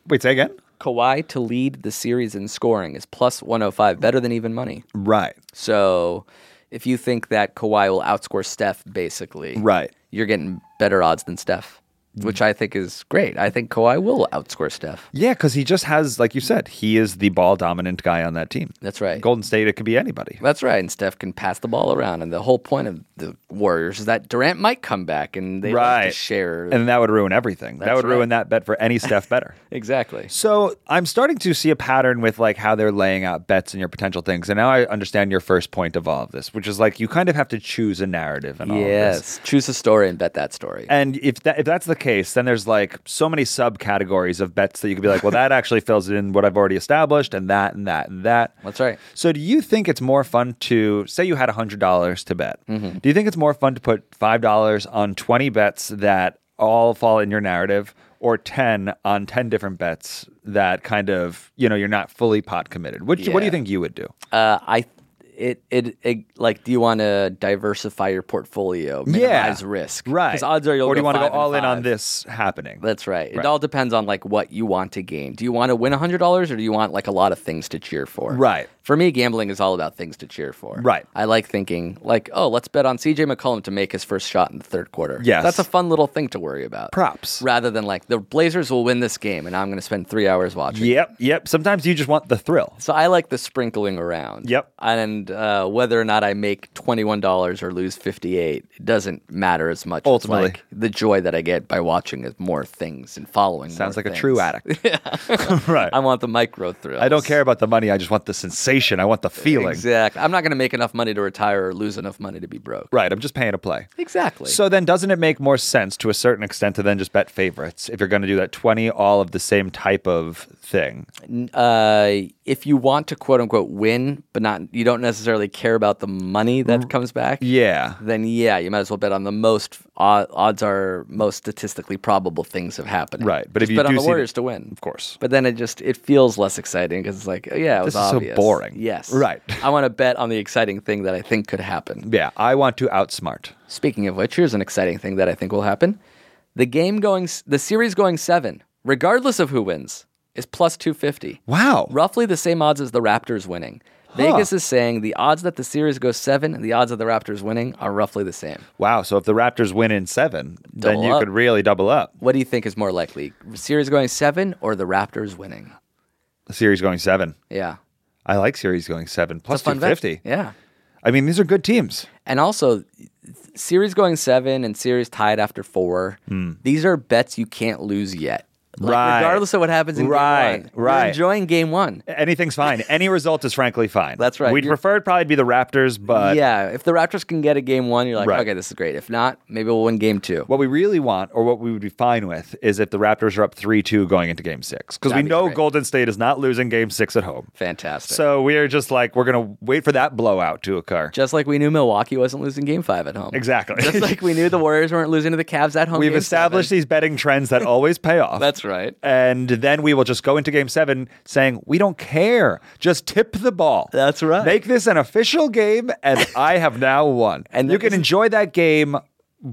[SPEAKER 4] Wait, say again?
[SPEAKER 2] Kawhi to lead the series in scoring is plus 105, better than even money.
[SPEAKER 4] Right.
[SPEAKER 2] So if you think that Kawhi will outscore Steph, basically,
[SPEAKER 4] Right. Mm.
[SPEAKER 2] you're getting better odds than Steph. which I think is great. I think Kawhi will outscore Steph.
[SPEAKER 4] Yeah, because he just has, like you said, he is the ball dominant guy on that team.
[SPEAKER 2] That's right.
[SPEAKER 4] Golden State, it could be anybody.
[SPEAKER 2] That's right. And Steph can pass the ball around. And the whole point of the Warriors is that Durant might come back and they like to
[SPEAKER 4] Right.
[SPEAKER 2] share.
[SPEAKER 4] And that would ruin everything. that
[SPEAKER 2] That's
[SPEAKER 4] would
[SPEAKER 2] right.
[SPEAKER 4] ruin that bet for any Steph better.
[SPEAKER 2] exactly.
[SPEAKER 4] So I'm starting to see a pattern with like how they're laying out bets and your potential things. And now I understand your first point of all of this, which is like you kind of have to choose a narrative and all of
[SPEAKER 2] Yes.
[SPEAKER 4] this.
[SPEAKER 2] Choose a story and bet that story.
[SPEAKER 4] And if that if that's the case, then there's like so many subcategories of bets that you could be like, well, that actually fills in what I've already established, and that and that and that.
[SPEAKER 2] That's right.
[SPEAKER 4] So do you think it's more fun to say you had hundred dollars to bet?
[SPEAKER 2] Mm-hmm.
[SPEAKER 4] Do you think it's more fun to put five dollars on twenty bets that all fall in your narrative, or ten on ten different bets that kind of you know you're not fully pot committed? What what do
[SPEAKER 2] Yeah.
[SPEAKER 4] you think you would do?
[SPEAKER 2] Uh, I it, it it like do you want to diversify your portfolio, minimize risk,
[SPEAKER 4] right?
[SPEAKER 2] Because odds are you'll
[SPEAKER 4] or do you want to go
[SPEAKER 2] five and
[SPEAKER 4] all in on
[SPEAKER 2] five.
[SPEAKER 4] this happening?
[SPEAKER 2] That's right.
[SPEAKER 4] Right.
[SPEAKER 2] It all depends on like what you want to gain. Do you want to win hundred dollars, or do you want like a lot of things to cheer for?
[SPEAKER 4] Right.
[SPEAKER 2] For me, gambling is all about things to cheer for.
[SPEAKER 4] Right.
[SPEAKER 2] I like thinking like, oh, let's bet on C.J. McCollum to make his first shot in the third quarter.
[SPEAKER 4] Yes.
[SPEAKER 2] that's a fun little thing to worry about.
[SPEAKER 4] Props.
[SPEAKER 2] rather than like the Blazers will win this game, and I'm going to spend three hours watching.
[SPEAKER 4] Yep, yep. Sometimes you just want the thrill.
[SPEAKER 2] So I like the sprinkling around.
[SPEAKER 4] Yep.
[SPEAKER 2] And uh, whether or not I make twenty one dollars or lose fifty eight it doesn't matter as much. It's
[SPEAKER 4] Ultimately.
[SPEAKER 2] like the joy that I get by watching is more things and following.
[SPEAKER 4] Sounds
[SPEAKER 2] more
[SPEAKER 4] like a true
[SPEAKER 2] things.
[SPEAKER 4] addict. right.
[SPEAKER 2] I want the micro thrill.
[SPEAKER 4] I don't care about the money. I just want the sensation. I want the feeling.
[SPEAKER 2] Exactly. I'm not going to make enough money to retire or lose enough money to be broke.
[SPEAKER 4] Right. I'm just paying to play.
[SPEAKER 2] Exactly.
[SPEAKER 4] So then, doesn't it make more sense to a certain extent to then just bet favorites if you're going to do that 20 all of the same type of thing?
[SPEAKER 2] uh, if you want to quote unquote win, but not you don't necessarily care about the money that comes back.
[SPEAKER 4] Yeah.
[SPEAKER 2] Then yeah, you might as well bet on the most o- odds are most statistically probable things of happening.
[SPEAKER 4] Right, but if
[SPEAKER 2] Just
[SPEAKER 4] you
[SPEAKER 2] bet on
[SPEAKER 4] do
[SPEAKER 2] the
[SPEAKER 4] see the-
[SPEAKER 2] Warriors to win,
[SPEAKER 4] Of course.
[SPEAKER 2] But then it just it feels less exciting because it's like, oh yeah, it
[SPEAKER 4] This
[SPEAKER 2] was
[SPEAKER 4] is so
[SPEAKER 2] obvious.
[SPEAKER 4] boring.
[SPEAKER 2] Yes,
[SPEAKER 4] Right.
[SPEAKER 2] I want to bet on the exciting thing that I think could happen.
[SPEAKER 4] Yeah. I want to outsmart.
[SPEAKER 2] Speaking of which, here's an exciting thing that I think will happen. The game going, the series going seven, regardless of who wins, is plus 250.
[SPEAKER 4] Wow.
[SPEAKER 2] Roughly the same odds as the Raptors winning. Vegas is saying the odds that the series goes seven, the odds of the Raptors winning are roughly the same.
[SPEAKER 4] Wow. So if the Raptors win in seven, then
[SPEAKER 2] Double
[SPEAKER 4] you
[SPEAKER 2] up.
[SPEAKER 4] could really double up.
[SPEAKER 2] What do you think is more likely, series going seven or the Raptors winning?
[SPEAKER 4] Series going seven.
[SPEAKER 2] Yeah.
[SPEAKER 4] I like series going seven plus
[SPEAKER 2] Fun bet.
[SPEAKER 4] 250.
[SPEAKER 2] Yeah.
[SPEAKER 4] I mean, these are good teams.
[SPEAKER 2] And also, th- series going seven and series tied after four. These are bets you can't lose yet. Like,
[SPEAKER 4] Hmm. Right.
[SPEAKER 2] Regardless of what happens in
[SPEAKER 4] Right,
[SPEAKER 2] game one.
[SPEAKER 4] right.
[SPEAKER 2] You're enjoying game one.
[SPEAKER 4] Anything's fine. Any result is frankly fine.
[SPEAKER 2] That's right.
[SPEAKER 4] We'd
[SPEAKER 2] You're-
[SPEAKER 4] prefer it probably be the Raptors, but
[SPEAKER 2] yeah. If the Raptors can get a game one, you're like,
[SPEAKER 4] Right.
[SPEAKER 2] okay, this is great. If not, maybe we'll win game two.
[SPEAKER 4] What we really want, or what we would be fine with, is if the Raptors are up 3 2 going into game six. Because we
[SPEAKER 2] That'd be
[SPEAKER 4] know
[SPEAKER 2] great.
[SPEAKER 4] Golden State is not losing game six at home.
[SPEAKER 2] Fantastic.
[SPEAKER 4] So we are just like, we're going to wait for that blowout to occur.
[SPEAKER 2] just like we knew Milwaukee wasn't losing game five at home.
[SPEAKER 4] Exactly.
[SPEAKER 2] Just like we knew the Warriors weren't losing to the Cavs at home.
[SPEAKER 4] We've
[SPEAKER 2] game
[SPEAKER 4] established
[SPEAKER 2] seven.
[SPEAKER 4] these betting trends that always pay off.
[SPEAKER 2] That's right.
[SPEAKER 4] And then we will just go into game seven saying, we don't care. Just tip the ball.
[SPEAKER 2] That's right.
[SPEAKER 4] Make this an official game, and I have now won.
[SPEAKER 2] And
[SPEAKER 4] you
[SPEAKER 2] that
[SPEAKER 4] can
[SPEAKER 2] is-
[SPEAKER 4] enjoy that game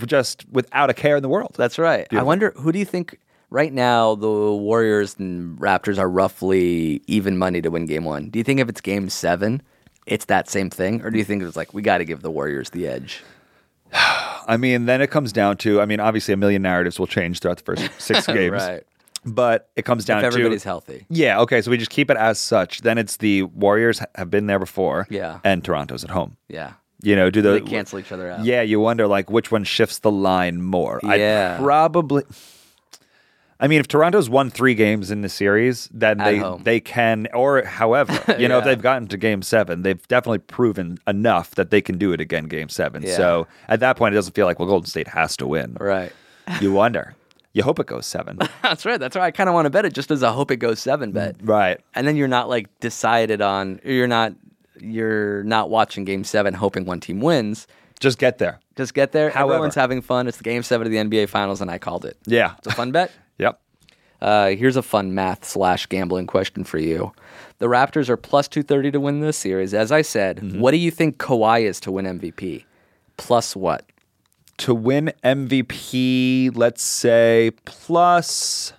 [SPEAKER 4] just without a care in the world.
[SPEAKER 2] That's right. I wonder who do you think right now the Warriors and Raptors are roughly even money to win game one? Do you think if it's game seven, it's that same thing? Or do you think it's like we gotta give the Warriors the edge?
[SPEAKER 4] I mean, then it comes down to I mean, obviously a million narratives will change throughout the first six games.
[SPEAKER 2] Right.
[SPEAKER 4] But it comes down
[SPEAKER 2] If everybody's
[SPEAKER 4] to
[SPEAKER 2] healthy.
[SPEAKER 4] Yeah, okay, so we just keep it as such. Then it's the Warriors ha- have been there before.
[SPEAKER 2] Yeah.
[SPEAKER 4] And Toronto's at home.
[SPEAKER 2] Yeah.
[SPEAKER 4] You know, do the
[SPEAKER 2] They cancel each other out.
[SPEAKER 4] Yeah, you wonder like which one shifts the line more.
[SPEAKER 2] Yeah.
[SPEAKER 4] I probably I mean, if Toronto's won three games in the series, then they
[SPEAKER 2] home.
[SPEAKER 4] they can, or however, you know, if they've gotten to Game Seven, they've definitely proven enough that they can do it again, Game Seven.
[SPEAKER 2] Yeah.
[SPEAKER 4] So at that point, it doesn't feel like well, Golden State has to win.
[SPEAKER 2] Right.
[SPEAKER 4] You wonder. You hope it goes seven,
[SPEAKER 2] That's right. That's right. I kinda wanna bet it just as I hope it goes seven bet.
[SPEAKER 4] right?
[SPEAKER 2] And then you're not like decided on you're not you're not watching game seven hoping one team wins.
[SPEAKER 4] Just get there.
[SPEAKER 2] Just get there.
[SPEAKER 4] However.
[SPEAKER 2] Everyone's having fun. It's the game seven of the NBA finals and I called it.
[SPEAKER 4] Yeah.
[SPEAKER 2] It's a fun bet.
[SPEAKER 4] Yep.
[SPEAKER 2] Uh, here's a fun math slash gambling question for you. The Raptors are plus 230 to win this series. As I said,
[SPEAKER 4] Mm-hmm.
[SPEAKER 2] what do you think Kawhi is to win MVP? Plus what?
[SPEAKER 4] To win MVP, let's say plus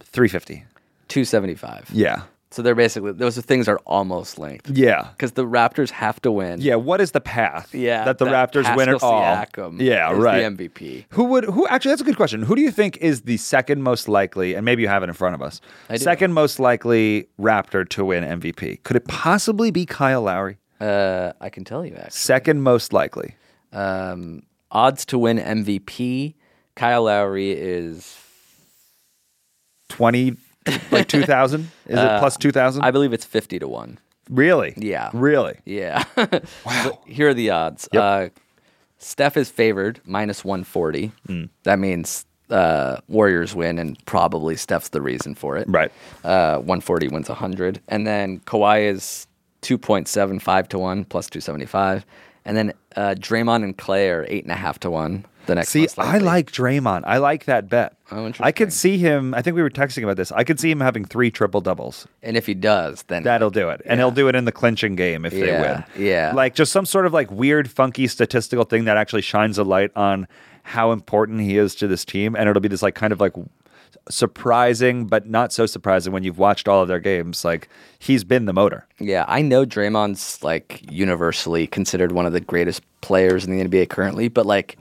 [SPEAKER 4] three fifty.
[SPEAKER 2] 275.
[SPEAKER 4] Yeah.
[SPEAKER 2] So they're basically those things are almost linked
[SPEAKER 4] Yeah.
[SPEAKER 2] because the Raptors have to win.
[SPEAKER 4] Yeah, what is the path
[SPEAKER 2] yeah.
[SPEAKER 4] that the Raptors win it
[SPEAKER 2] Pascal
[SPEAKER 4] all?
[SPEAKER 2] Siakam
[SPEAKER 4] yeah,
[SPEAKER 2] is
[SPEAKER 4] right.
[SPEAKER 2] The MVP.
[SPEAKER 4] Who would who actually that's a good question. Who do you think is the second most likely and maybe you have it in front of us.
[SPEAKER 2] I do.
[SPEAKER 4] Second most likely Raptor to win MVP. Could it possibly be Kyle Lowry?
[SPEAKER 2] Uh, I can tell you actually.
[SPEAKER 4] Second most likely.
[SPEAKER 2] Um, odds to win MVP. Kyle Lowry is,
[SPEAKER 4] 20 like 2000? Is it plus 2000?
[SPEAKER 2] Uh, I believe it's fifty to one.
[SPEAKER 4] Really?
[SPEAKER 2] Yeah.
[SPEAKER 4] Really?
[SPEAKER 2] Yeah. wow. here are the odds. Uh, Steph is favored minus 140.
[SPEAKER 4] Mm.
[SPEAKER 2] That means uh, Warriors win, and probably Steph's the reason for it.
[SPEAKER 4] Right.
[SPEAKER 2] Uh, 140 wins 100. And then Kawhi is 2.75 to 1 plus 275. And then uh, Draymond and Clay are 8.5 to 1 the next
[SPEAKER 4] See,
[SPEAKER 2] most
[SPEAKER 4] I
[SPEAKER 2] likely.
[SPEAKER 4] like Draymond. I like that bet.
[SPEAKER 2] Oh,
[SPEAKER 4] I could
[SPEAKER 2] interesting.
[SPEAKER 4] see him. I think we were texting about this. I could see him having three triple doubles.
[SPEAKER 2] And if he does, then
[SPEAKER 4] That'll do it. And he'll do it in the clinching game if
[SPEAKER 2] Yeah,
[SPEAKER 4] they win.
[SPEAKER 2] yeah.
[SPEAKER 4] Like just some sort of like weird, funky statistical thing that actually shines a light on how important he is to this team. And it'll be this like kind of like surprising, but not so surprising when you've watched all of their games. Like he's been the motor.
[SPEAKER 2] Yeah, I know Draymond's like universally considered one of the greatest players in the NBA currently, but like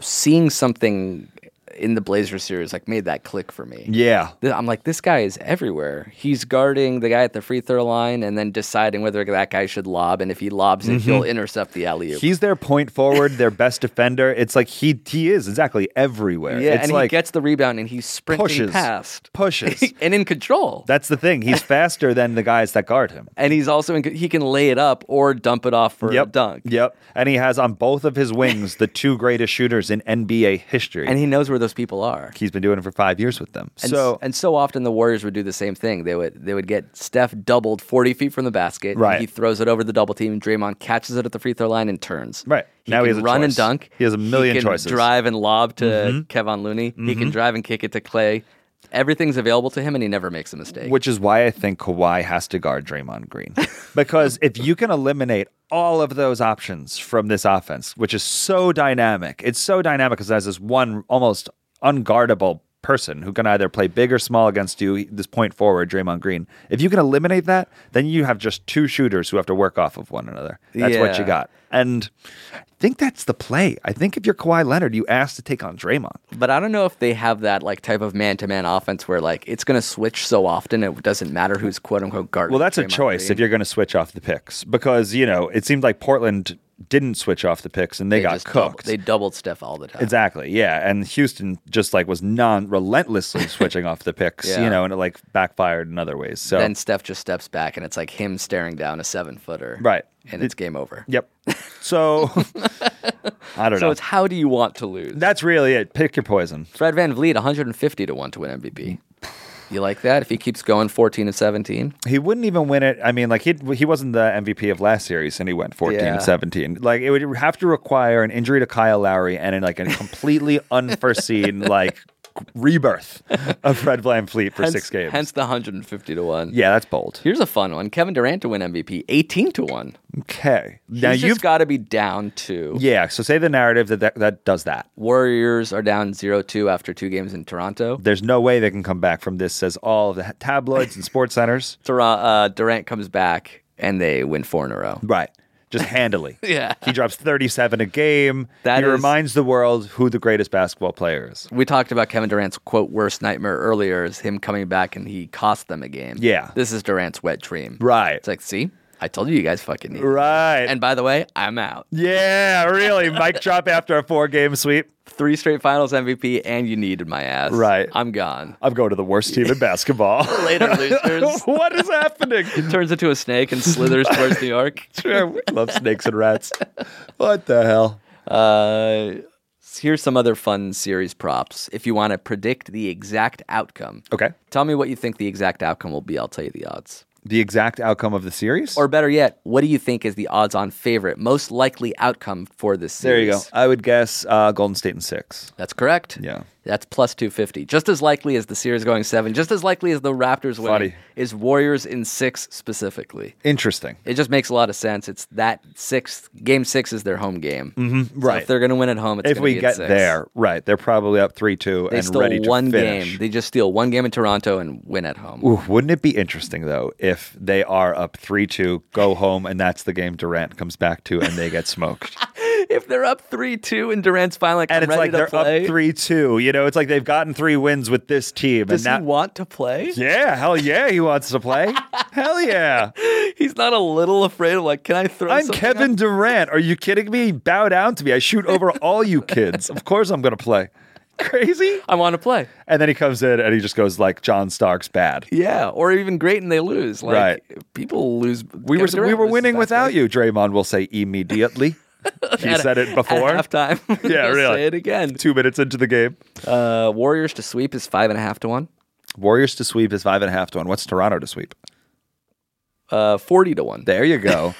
[SPEAKER 2] seeing something in the Blazer series like made that click for me.
[SPEAKER 4] Yeah.
[SPEAKER 2] Th- I'm like, this guy is everywhere. He's guarding the guy at the free throw line and then deciding whether that guy should lob, and if he lobs it,
[SPEAKER 4] Mm-hmm.
[SPEAKER 2] he'll intercept the alley oop.
[SPEAKER 4] He's their point forward, their best defender. It's like he he is exactly everywhere.
[SPEAKER 2] yeah,
[SPEAKER 4] it's
[SPEAKER 2] and
[SPEAKER 4] like
[SPEAKER 2] he gets the rebound and he's sprinting
[SPEAKER 4] pushes
[SPEAKER 2] past,
[SPEAKER 4] pushes.
[SPEAKER 2] and in control.
[SPEAKER 4] That's the thing. He's faster than the guys that guard him.
[SPEAKER 2] and he's also in, he can lay it up or dump it off for a dunk.
[SPEAKER 4] Yep. And he has on both of his wings the two greatest shooters in NBA history.
[SPEAKER 2] And he knows where those people are.
[SPEAKER 4] he's been doing it for five years with them.
[SPEAKER 2] And
[SPEAKER 4] so
[SPEAKER 2] so and so often the Warriors would do the same thing. They would they would get Steph doubled forty feet from the basket.
[SPEAKER 4] Right.
[SPEAKER 2] He throws it over the double team. Draymond catches it at the free throw line and turns.
[SPEAKER 4] Right.
[SPEAKER 2] He
[SPEAKER 4] Now
[SPEAKER 2] can
[SPEAKER 4] he has a
[SPEAKER 2] run
[SPEAKER 4] choice.
[SPEAKER 2] and dunk.
[SPEAKER 4] He has a million
[SPEAKER 2] he can
[SPEAKER 4] choices. Mm-hmm.
[SPEAKER 2] Drive and lob to Kevin Looney. He can drive and kick it to Clay. Everything's available to him, and he never makes a mistake.
[SPEAKER 4] which is why I think Kawhi has to guard Draymond Green. Because if you can eliminate all of those options from this offense, which is so dynamic, it's so dynamic because it has this one almost unguardable person who can either play big or small against you, e, this point forward, Draymond Green. If you can eliminate that, then you have just two shooters who have to work off of one another. That's what you
[SPEAKER 2] Yeah.
[SPEAKER 4] got. And I think that's the play. I think if you're Kawhi Leonard, you ask to take on Draymond.
[SPEAKER 2] but I don't know if they have that like type of man to man offense where like it's going to switch so often it doesn't matter who's quote unquote guarding.
[SPEAKER 4] Well, that's a
[SPEAKER 2] Draymond
[SPEAKER 4] choice
[SPEAKER 2] Green.
[SPEAKER 4] if you're going to switch off the picks because you know it seemed like Portland didn't switch off the picks and they,
[SPEAKER 2] They
[SPEAKER 4] got
[SPEAKER 2] just double-
[SPEAKER 4] cooked.
[SPEAKER 2] they doubled Steph all the time.
[SPEAKER 4] exactly, yeah. And Houston just like was non relentlessly switching off the picks, you
[SPEAKER 2] Yeah.
[SPEAKER 4] know, and it like backfired in other ways. So
[SPEAKER 2] Then Steph just steps back, and it's like him staring down a seven footer.
[SPEAKER 4] Right.
[SPEAKER 2] And it's game over.
[SPEAKER 4] yep. So I don't
[SPEAKER 2] So
[SPEAKER 4] know.
[SPEAKER 2] it's how do you want to lose?
[SPEAKER 4] That's really it. Pick your poison.
[SPEAKER 2] Fred Van Vliet, 150 to 1 to win MVP. You like that? If he keeps going 14 and 17?
[SPEAKER 4] He wouldn't even win it. I mean, like he he wasn't the MVP of last series, and he went 14
[SPEAKER 2] Yeah.
[SPEAKER 4] and 17. Like it would have to require an injury to Kyle Lowry and in like a completely unforeseen like rebirth of Fred VanVleet for six games.
[SPEAKER 2] Hence the 150 to 1.
[SPEAKER 4] yeah, that's bold.
[SPEAKER 2] Here's a fun one Kevin Durant to win MVP, 18 to 1.
[SPEAKER 4] Okay, now
[SPEAKER 2] He's
[SPEAKER 4] you've
[SPEAKER 2] just got to be down two.
[SPEAKER 4] yeah. So say the narrative that, that that does that.
[SPEAKER 2] Warriors are down 0 2 after two games in Toronto.
[SPEAKER 4] There's no way they can come back from this. Says all of the tabloids and sports centers.
[SPEAKER 2] Dur- uh, Durant comes back, and they win four in a row.
[SPEAKER 4] Right. Just handily.
[SPEAKER 2] Yeah.
[SPEAKER 4] He drops 37 a game.
[SPEAKER 2] That
[SPEAKER 4] he
[SPEAKER 2] is-
[SPEAKER 4] reminds the world who the greatest basketball player is.
[SPEAKER 2] we talked about Kevin Durant's quote worst nightmare earlier is him coming back and he cost them a game.
[SPEAKER 4] Yeah.
[SPEAKER 2] This is Durant's wet dream.
[SPEAKER 4] Right.
[SPEAKER 2] It's like, see, I told you you guys fucking need.
[SPEAKER 4] Right.
[SPEAKER 2] And by the way, I'm out.
[SPEAKER 4] Yeah, really. Mic drop after a four game sweep.
[SPEAKER 2] Three straight finals MVP and you needed my ass.
[SPEAKER 4] Right.
[SPEAKER 2] I'm gone.
[SPEAKER 4] I'm going to the worst team in basketball.
[SPEAKER 2] Later losers.
[SPEAKER 4] what is happening?
[SPEAKER 2] Turns into a snake and slithers towards New York.
[SPEAKER 4] Sure, we love snakes and rats. What the hell?
[SPEAKER 2] Uh here's some other fun series props. If you want to predict the exact outcome.
[SPEAKER 4] Okay.
[SPEAKER 2] Tell me what you think the exact outcome will be. I'll tell you the odds.
[SPEAKER 4] The exact outcome of the series?
[SPEAKER 2] Or better yet, what do you think is the odds on favorite, most likely outcome for this
[SPEAKER 4] there
[SPEAKER 2] series?
[SPEAKER 4] you go. I would guess uh, Golden State in six.
[SPEAKER 2] That's correct.
[SPEAKER 4] Yeah.
[SPEAKER 2] That's plus 250. Just as likely as the Series going seven, just as likely as the Raptors winning
[SPEAKER 4] Funny.
[SPEAKER 2] is Warriors in six specifically.
[SPEAKER 4] Interesting.
[SPEAKER 2] It just makes a lot of sense. It's that sixth game six is their home game. Mm-hmm.
[SPEAKER 4] right.
[SPEAKER 2] if they're going to win at home, it's
[SPEAKER 4] If
[SPEAKER 2] gonna
[SPEAKER 4] we
[SPEAKER 2] be at
[SPEAKER 4] get
[SPEAKER 2] six.
[SPEAKER 4] there, right, they're probably up 3 2
[SPEAKER 2] they
[SPEAKER 4] and
[SPEAKER 2] steal
[SPEAKER 4] ready to
[SPEAKER 2] one
[SPEAKER 4] finish.
[SPEAKER 2] game. They just steal one game in Toronto and win at home.
[SPEAKER 4] Ooh, wouldn't it be interesting though if they are up three two, go home, and that's the game Durant comes back to, and they get smoked?
[SPEAKER 2] If they're up three two and Durant's finally like, "I'm
[SPEAKER 4] and it's
[SPEAKER 2] ready
[SPEAKER 4] like
[SPEAKER 2] to
[SPEAKER 4] they're
[SPEAKER 2] play.
[SPEAKER 4] up three two. You know, it's like they've gotten three wins with this team,
[SPEAKER 2] Does
[SPEAKER 4] and
[SPEAKER 2] he
[SPEAKER 4] that.
[SPEAKER 2] want to play?
[SPEAKER 4] yeah, hell yeah, he wants to play. hell yeah,
[SPEAKER 2] He's not a little afraid of like, can I throw?
[SPEAKER 4] I'm
[SPEAKER 2] something
[SPEAKER 4] Kevin
[SPEAKER 2] up?"
[SPEAKER 4] Durant. Are you kidding me? Bow down to me. I shoot over all you kids. Of course, I'm gonna play. Crazy.
[SPEAKER 2] I want to play.
[SPEAKER 4] And then he comes in and he just goes like, "John Stark's bad."
[SPEAKER 2] Yeah, or even great and they lose. Like,
[SPEAKER 4] Right.
[SPEAKER 2] People lose.
[SPEAKER 4] We were we were winning without you, Draymond will say immediately. he said it before.
[SPEAKER 2] At halftime.
[SPEAKER 4] Yeah,
[SPEAKER 2] He'll
[SPEAKER 4] really.
[SPEAKER 2] Say it again.
[SPEAKER 4] Two minutes into the game,
[SPEAKER 2] Uh, Warriors to sweep is five and a half to one.
[SPEAKER 4] Warriors to sweep is five and a half to one. What's Toronto to sweep?
[SPEAKER 2] Uh, Forty to one.
[SPEAKER 4] There you go.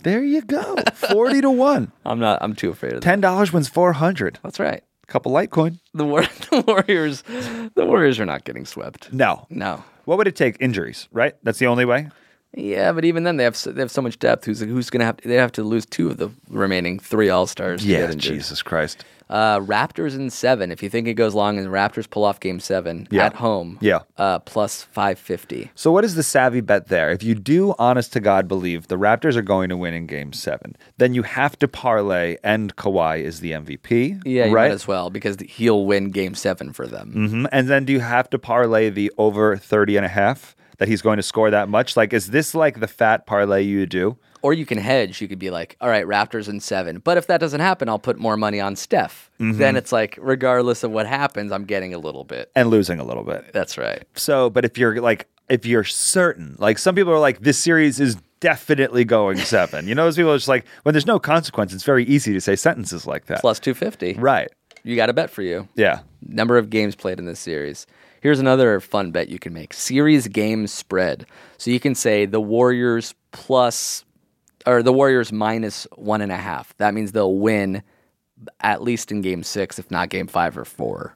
[SPEAKER 4] there you go. Forty to one.
[SPEAKER 2] I'm not. I'm too afraid of that.
[SPEAKER 4] Ten dollars wins four hundred.
[SPEAKER 2] That's right.
[SPEAKER 4] Couple Litecoin.
[SPEAKER 2] The, war- the Warriors. The Warriors are not getting swept.
[SPEAKER 4] No.
[SPEAKER 2] No.
[SPEAKER 4] What would it take? Injuries, right? That's the only way.
[SPEAKER 2] Yeah, but even then they have so, they have so much depth. Who's who's gonna have they have to lose two of the remaining three All Stars?
[SPEAKER 4] Jesus Christ.
[SPEAKER 2] Uh, Raptors in seven. If you think it goes long, and the Raptors pull off Game Seven
[SPEAKER 4] Yeah.
[SPEAKER 2] at home.
[SPEAKER 4] Yeah.
[SPEAKER 2] Uh, plus five fifty.
[SPEAKER 4] So, what is the savvy bet there? If you do, honest to God, believe the Raptors are going to win in Game Seven, then you have to parlay and Kawhi is the MVP.
[SPEAKER 2] Yeah, you
[SPEAKER 4] right.
[SPEAKER 2] might as well because he'll win Game Seven for them.
[SPEAKER 4] Mhm. And then do you have to parlay the over 30 and a half that he's going to score that much? Like, is this like the fat parlay you do?
[SPEAKER 2] Or you can hedge. You could be like, all right, Raptors in seven. But if that doesn't happen, I'll put more money on Steph.
[SPEAKER 4] Mm-hmm.
[SPEAKER 2] Then it's like, regardless of what happens, I'm getting a little bit.
[SPEAKER 4] And losing a little bit.
[SPEAKER 2] That's right.
[SPEAKER 4] So, but if you're like, if you're certain, like some people are like, this series is definitely going seven. you know, those people are just like, when there's no consequence, it's very easy to say sentences like that.
[SPEAKER 2] Plus 250.
[SPEAKER 4] Right.
[SPEAKER 2] You got a bet for you.
[SPEAKER 4] Yeah.
[SPEAKER 2] number of games played in this series. Here's another fun bet you can make series game spread. So you can say the Warriors plus or the Warriors minus one and a half. That means they'll win at least in game six, if not game five or four.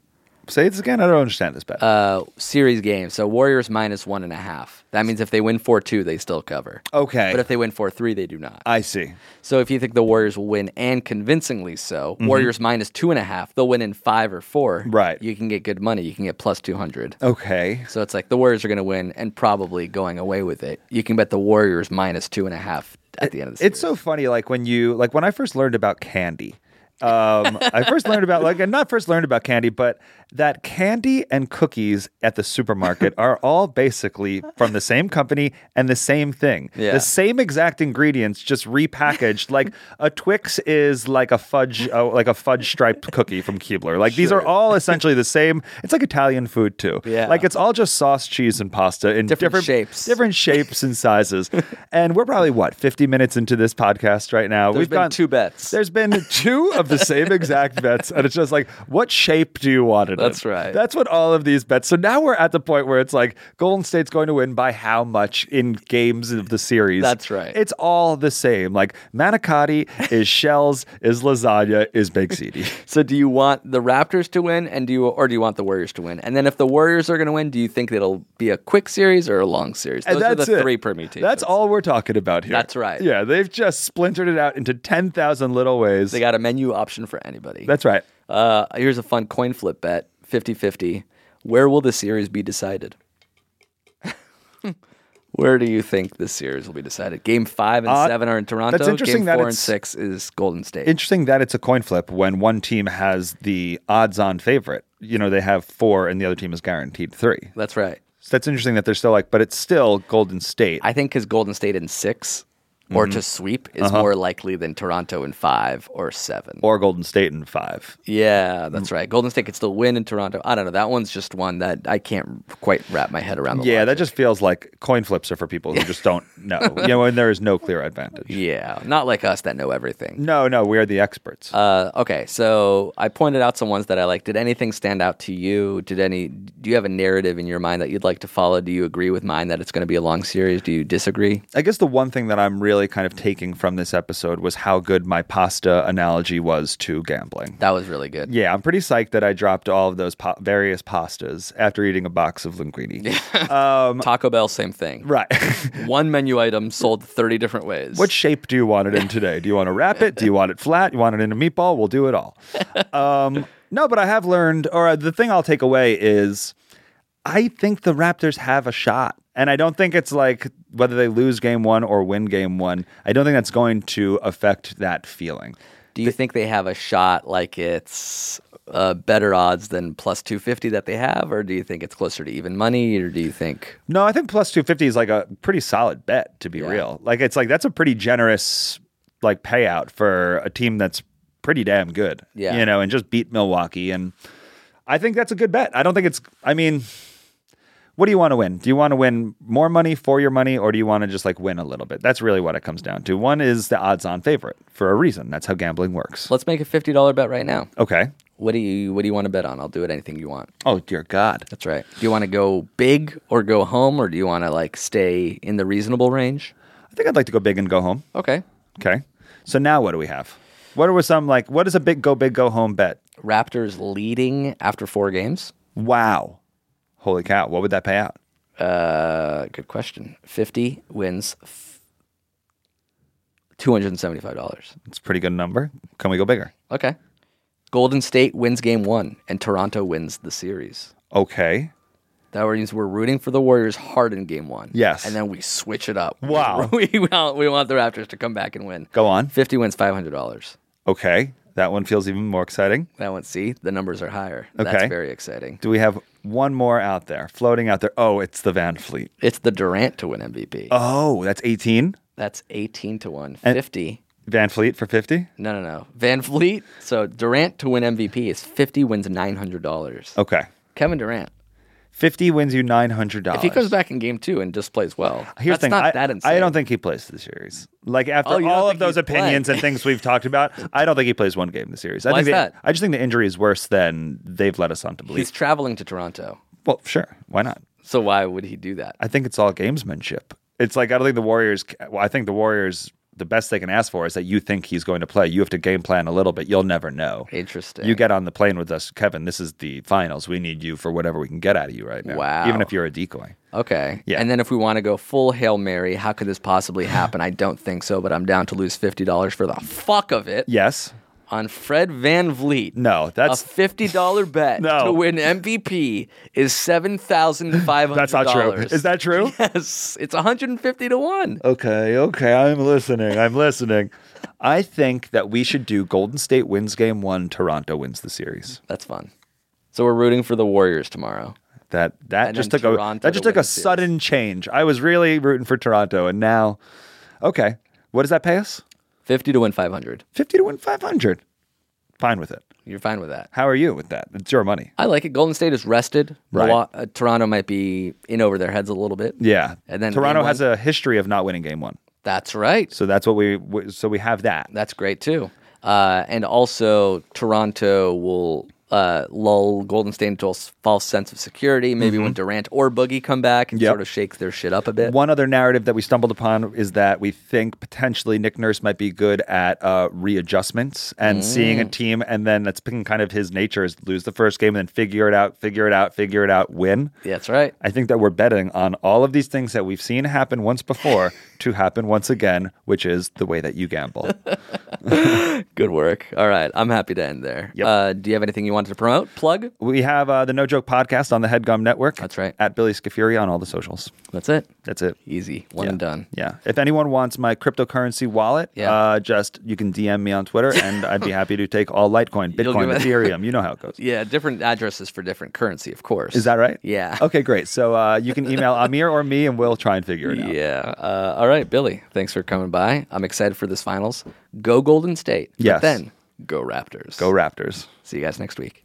[SPEAKER 4] Say this again. I don't understand this bet.
[SPEAKER 2] Uh, series game. So Warriors minus one and a half. That means if they win 4 2, they still cover.
[SPEAKER 4] okay.
[SPEAKER 2] But if they win 4 3, they do not.
[SPEAKER 4] I see.
[SPEAKER 2] So if you think the Warriors will win and convincingly so, Warriors minus two and a half, they'll win in five or four.
[SPEAKER 4] Right.
[SPEAKER 2] You can get good money. You can get plus 200.
[SPEAKER 4] Okay.
[SPEAKER 2] So it's like the Warriors are going to win and probably going away with it. You can bet the Warriors minus two and a half at the end of the
[SPEAKER 4] It's
[SPEAKER 2] series.
[SPEAKER 4] so funny, like when you like when I first learned about candy. Um, I first learned about like and not first learned about candy, but that candy and cookies at the supermarket are all basically from the same company and the same thing.
[SPEAKER 2] Yeah.
[SPEAKER 4] The same exact ingredients, just repackaged. like a Twix is like a fudge, uh, like a fudge striped cookie from Keebler. Like these are all essentially the same. It's like Italian food too.
[SPEAKER 2] Yeah.
[SPEAKER 4] Like it's all just sauce, cheese, and pasta in
[SPEAKER 2] Different shapes.
[SPEAKER 4] different shapes and sizes. And we're probably what fifty minutes into this podcast right now.
[SPEAKER 2] There's been two bets.
[SPEAKER 4] There's been two of the same exact bets, and it's just like, what shape do you want it? in?
[SPEAKER 2] That's right.
[SPEAKER 4] That's what all of these bets. So now we're at the point where it's like Golden State's going to win by how much in games of the series.
[SPEAKER 2] That's right.
[SPEAKER 4] It's all the same. Like manicotti is shells, is lasagna, is baked ziti.
[SPEAKER 2] So do you want the Raptors to win and do you or do you want the Warriors to win? And then if the Warriors are going to win, do you think it'll be a quick series or a long series? Those
[SPEAKER 4] And that's
[SPEAKER 2] are the
[SPEAKER 4] it.
[SPEAKER 2] three permutations.
[SPEAKER 4] That's all we're talking about here.
[SPEAKER 2] That's right.
[SPEAKER 4] Yeah, they've just splintered it out into ten thousand little ways.
[SPEAKER 2] They got a menu option for anybody.
[SPEAKER 4] That's right.
[SPEAKER 2] uh, here's a fun coin flip bet, 50-50. Where will the series be decided? Where do you think this series will be decided? Game five and
[SPEAKER 4] Uh,
[SPEAKER 2] seven are in Toronto.
[SPEAKER 4] interesting
[SPEAKER 2] Game
[SPEAKER 4] that
[SPEAKER 2] four and
[SPEAKER 4] it's-
[SPEAKER 2] six is Golden State.
[SPEAKER 4] Interesting that it's a coin flip when one team has the odds on favorite. You know, they have four and the other team is guaranteed three.
[SPEAKER 2] That's right.
[SPEAKER 4] So that's interesting that they're still like, but it's still Golden State.
[SPEAKER 2] I think because Golden State in 6 or
[SPEAKER 4] Mm-hmm.
[SPEAKER 2] to sweep is
[SPEAKER 4] Uh-huh.
[SPEAKER 2] more likely than Toronto in five or seven.
[SPEAKER 4] or Golden State in five.
[SPEAKER 2] yeah, that's
[SPEAKER 4] Mm.
[SPEAKER 2] right. Golden State could still win in Toronto. I don't know. That one's just one that I can't quite wrap my head around. The
[SPEAKER 4] Yeah, that
[SPEAKER 2] logic.
[SPEAKER 4] just feels like coin flips are for people who just don't know. you know, and there is no clear advantage.
[SPEAKER 2] yeah, not like us that know everything.
[SPEAKER 4] No, no, we are the experts.
[SPEAKER 2] Uh, okay, so I pointed out some ones that I like. Did anything stand out to you? Did any? Do you have a narrative in your mind that you'd like to follow? Do you agree with mine that it's going to be a long series? Do you disagree?
[SPEAKER 4] I guess the one thing that I'm really kind of taking from this episode was how good my pasta analogy was to gambling.
[SPEAKER 2] That was really good.
[SPEAKER 4] Yeah, I'm pretty psyched that I dropped all of those pa- various pastas after eating a box of linguine.
[SPEAKER 2] Taco Bell, same thing.
[SPEAKER 4] Um, Right.
[SPEAKER 2] One menu item sold 30 different ways.
[SPEAKER 4] What shape do you want it in today? Do you want to wrap it? Do you want it flat? You want it in a meatball? We'll do it all. Um, no, but I have learned, or uh, the thing I'll take away is I think the Raptors have a shot. And I don't think it's like whether they lose game one or win game one, I don't think that's going to affect that feeling.
[SPEAKER 2] do you think they have a shot like it's uh, better odds than plus 250 that they have? Or do you think it's closer to even money? Or do you think.
[SPEAKER 4] No, I think plus 250 is like a pretty solid bet, to be
[SPEAKER 2] Yeah.
[SPEAKER 4] real. Like, it's like that's a pretty generous like payout for a team that's pretty damn good.
[SPEAKER 2] Yeah.
[SPEAKER 4] You know, and just beat Milwaukee. And I think that's a good bet. I don't think it's, I mean, what do you want to win? Do you want to win more money for your money or do you want to just like win a little bit? That's really what it comes down to. One is the odds on favorite for a reason. That's how gambling works.
[SPEAKER 2] Let's make a $50 bet right now.
[SPEAKER 4] Okay.
[SPEAKER 2] What do you What do you want to bet on? I'll do it anything you want.
[SPEAKER 4] Oh, dear God.
[SPEAKER 2] That's right. Do you want to go big or go home? Or do you want to like stay in the reasonable range?
[SPEAKER 4] I think I'd like to go big and go home.
[SPEAKER 2] Okay.
[SPEAKER 4] Okay. So now what do we have? What are some like what is a big go big go home bet?
[SPEAKER 2] Raptors leading after four games.
[SPEAKER 4] Wow. Holy cow. What would that pay out?
[SPEAKER 2] Uh, good question. 50 wins f- $275.
[SPEAKER 4] It's a pretty good number. Can we go bigger?
[SPEAKER 2] Okay. Golden State wins game one and Toronto wins the series.
[SPEAKER 4] Okay.
[SPEAKER 2] That means we're rooting for the Warriors hard in game one.
[SPEAKER 4] Yes.
[SPEAKER 2] And then we switch it up.
[SPEAKER 4] Wow.
[SPEAKER 2] we, want, we want the Raptors to come back and win.
[SPEAKER 4] Go on.
[SPEAKER 2] 50 wins $500.
[SPEAKER 4] Okay. That one feels even more exciting.
[SPEAKER 2] That one, see, the numbers are higher. That's
[SPEAKER 4] Okay.
[SPEAKER 2] very exciting.
[SPEAKER 4] Do we have one more out there floating out there? Oh, it's the Van Fleet.
[SPEAKER 2] It's the Durant to win MVP.
[SPEAKER 4] Oh, that's 18.
[SPEAKER 2] That's 18 to 1. 50.
[SPEAKER 4] Van Fleet for 50?
[SPEAKER 2] No, no, no. Van Fleet. So Durant to win MVP is 50 wins $900.
[SPEAKER 4] Okay.
[SPEAKER 2] Kevin Durant.
[SPEAKER 4] 50 wins you $900.
[SPEAKER 2] If he comes back in game two and just plays well, that's
[SPEAKER 4] Here's the thing.
[SPEAKER 2] not
[SPEAKER 4] I,
[SPEAKER 2] that insane.
[SPEAKER 4] I don't think he plays the series. Like after
[SPEAKER 2] Oh, you don't
[SPEAKER 4] all of
[SPEAKER 2] think
[SPEAKER 4] those
[SPEAKER 2] he's
[SPEAKER 4] opinions
[SPEAKER 2] playing?
[SPEAKER 4] and things we've talked about, I don't think he plays one game in the series. I
[SPEAKER 2] Why is
[SPEAKER 4] think the-
[SPEAKER 2] that?
[SPEAKER 4] I just think the injury is worse than they've led us on to believe.
[SPEAKER 2] he's traveling to Toronto.
[SPEAKER 4] well, sure, why not?
[SPEAKER 2] So why would he do that?
[SPEAKER 4] I think it's all gamesmanship. It's like I don't think the Warriors. ca- Well, I think the Warriors. The best they can ask for is that you think he's going to play. You have to game plan a little bit. You'll never know.
[SPEAKER 2] Interesting.
[SPEAKER 4] You get on the plane with us, Kevin. This is the finals. We need you for whatever we can get out of you right now.
[SPEAKER 2] Wow.
[SPEAKER 4] Even if you're a decoy.
[SPEAKER 2] okay.
[SPEAKER 4] Yeah.
[SPEAKER 2] And then if we want to go full Hail Mary, how could this possibly happen? I don't think so, but I'm down to lose $50 for the fuck of it
[SPEAKER 4] Yes.
[SPEAKER 2] on Fred Van Vliet.
[SPEAKER 4] No.
[SPEAKER 2] A
[SPEAKER 4] That's
[SPEAKER 2] fifty dollar bet
[SPEAKER 4] No.
[SPEAKER 2] to win MVP is seven thousand five hundred.
[SPEAKER 4] that's not true. Is that true?
[SPEAKER 2] yes? It's one hundred and fifty to one.
[SPEAKER 4] Okay, okay, I'm listening. I'm listening. I think that we should do Golden State wins game one, Toronto wins the series.
[SPEAKER 2] That's fun. So we're rooting for the Warriors tomorrow.
[SPEAKER 4] That that
[SPEAKER 2] And
[SPEAKER 4] just
[SPEAKER 2] then
[SPEAKER 4] took a
[SPEAKER 2] Toronto
[SPEAKER 4] that just
[SPEAKER 2] to
[SPEAKER 4] took
[SPEAKER 2] win
[SPEAKER 4] a
[SPEAKER 2] the series.
[SPEAKER 4] sudden change. I was really rooting for Toronto, and now, okay, what does that pay us?
[SPEAKER 2] Fifty to win five hundred.
[SPEAKER 4] Fifty to win five hundred. Fine with it.
[SPEAKER 2] You're fine with that.
[SPEAKER 4] How are you with that? It's your money.
[SPEAKER 2] I like it. Golden State is rested.
[SPEAKER 4] Right.
[SPEAKER 2] Milwa- uh, Toronto might be in over their heads a little bit.
[SPEAKER 4] Yeah,
[SPEAKER 2] And then
[SPEAKER 4] Toronto
[SPEAKER 2] game
[SPEAKER 4] has
[SPEAKER 2] one-
[SPEAKER 4] a history of not winning game one,
[SPEAKER 2] That's right.
[SPEAKER 4] so that's what we we- so we have that.
[SPEAKER 2] That's great too. Uh, and also, Toronto will uh, lull Golden State into a s- false sense of security. Maybe when Durant or Boogie come back and
[SPEAKER 4] Mm-hmm. Yep.
[SPEAKER 2] sort of shake their shit up a bit.
[SPEAKER 4] One other narrative that we stumbled upon is that we think potentially Nick Nurse might be good at uh, readjustments and seeing
[SPEAKER 2] Mm.
[SPEAKER 4] a team, and then that's been kind of his nature is lose the first game and then figure it out, figure it out, figure it out, win.
[SPEAKER 2] Yeah, that's right.
[SPEAKER 4] I think that we're betting on all of these things that we've seen happen once before to happen once again, which is the way that you gamble.
[SPEAKER 2] Good work. All right. I'm happy to end there.
[SPEAKER 4] Yep.
[SPEAKER 2] Uh, do you have anything you wanted to promote? Plug?
[SPEAKER 4] we have uh, the No Joke podcast on the Headgum Network.
[SPEAKER 2] That's right.
[SPEAKER 4] At Billy Scafuri on all the socials.
[SPEAKER 2] That's it.
[SPEAKER 4] That's it.
[SPEAKER 2] Easy. One
[SPEAKER 4] Yeah.
[SPEAKER 2] and done.
[SPEAKER 4] Yeah. If anyone wants my cryptocurrency wallet,
[SPEAKER 2] Yeah.
[SPEAKER 4] uh, just you can DM me on Twitter, and I'd be happy to take all Litecoin,
[SPEAKER 2] You'll
[SPEAKER 4] Bitcoin,
[SPEAKER 2] give it-
[SPEAKER 4] Ethereum. You know how it goes.
[SPEAKER 2] Yeah, different addresses for different currency, of course.
[SPEAKER 4] Is that right?
[SPEAKER 2] Yeah.
[SPEAKER 4] Okay, great. So uh, you can email Amir or me, and we'll try and figure it out.
[SPEAKER 2] Yeah. Uh, all right, Billy. Thanks for coming by. I'm excited for this finals. Go Golden State. But
[SPEAKER 4] Yes.
[SPEAKER 2] then go Raptors.
[SPEAKER 4] Go Raptors.
[SPEAKER 2] See you guys next week.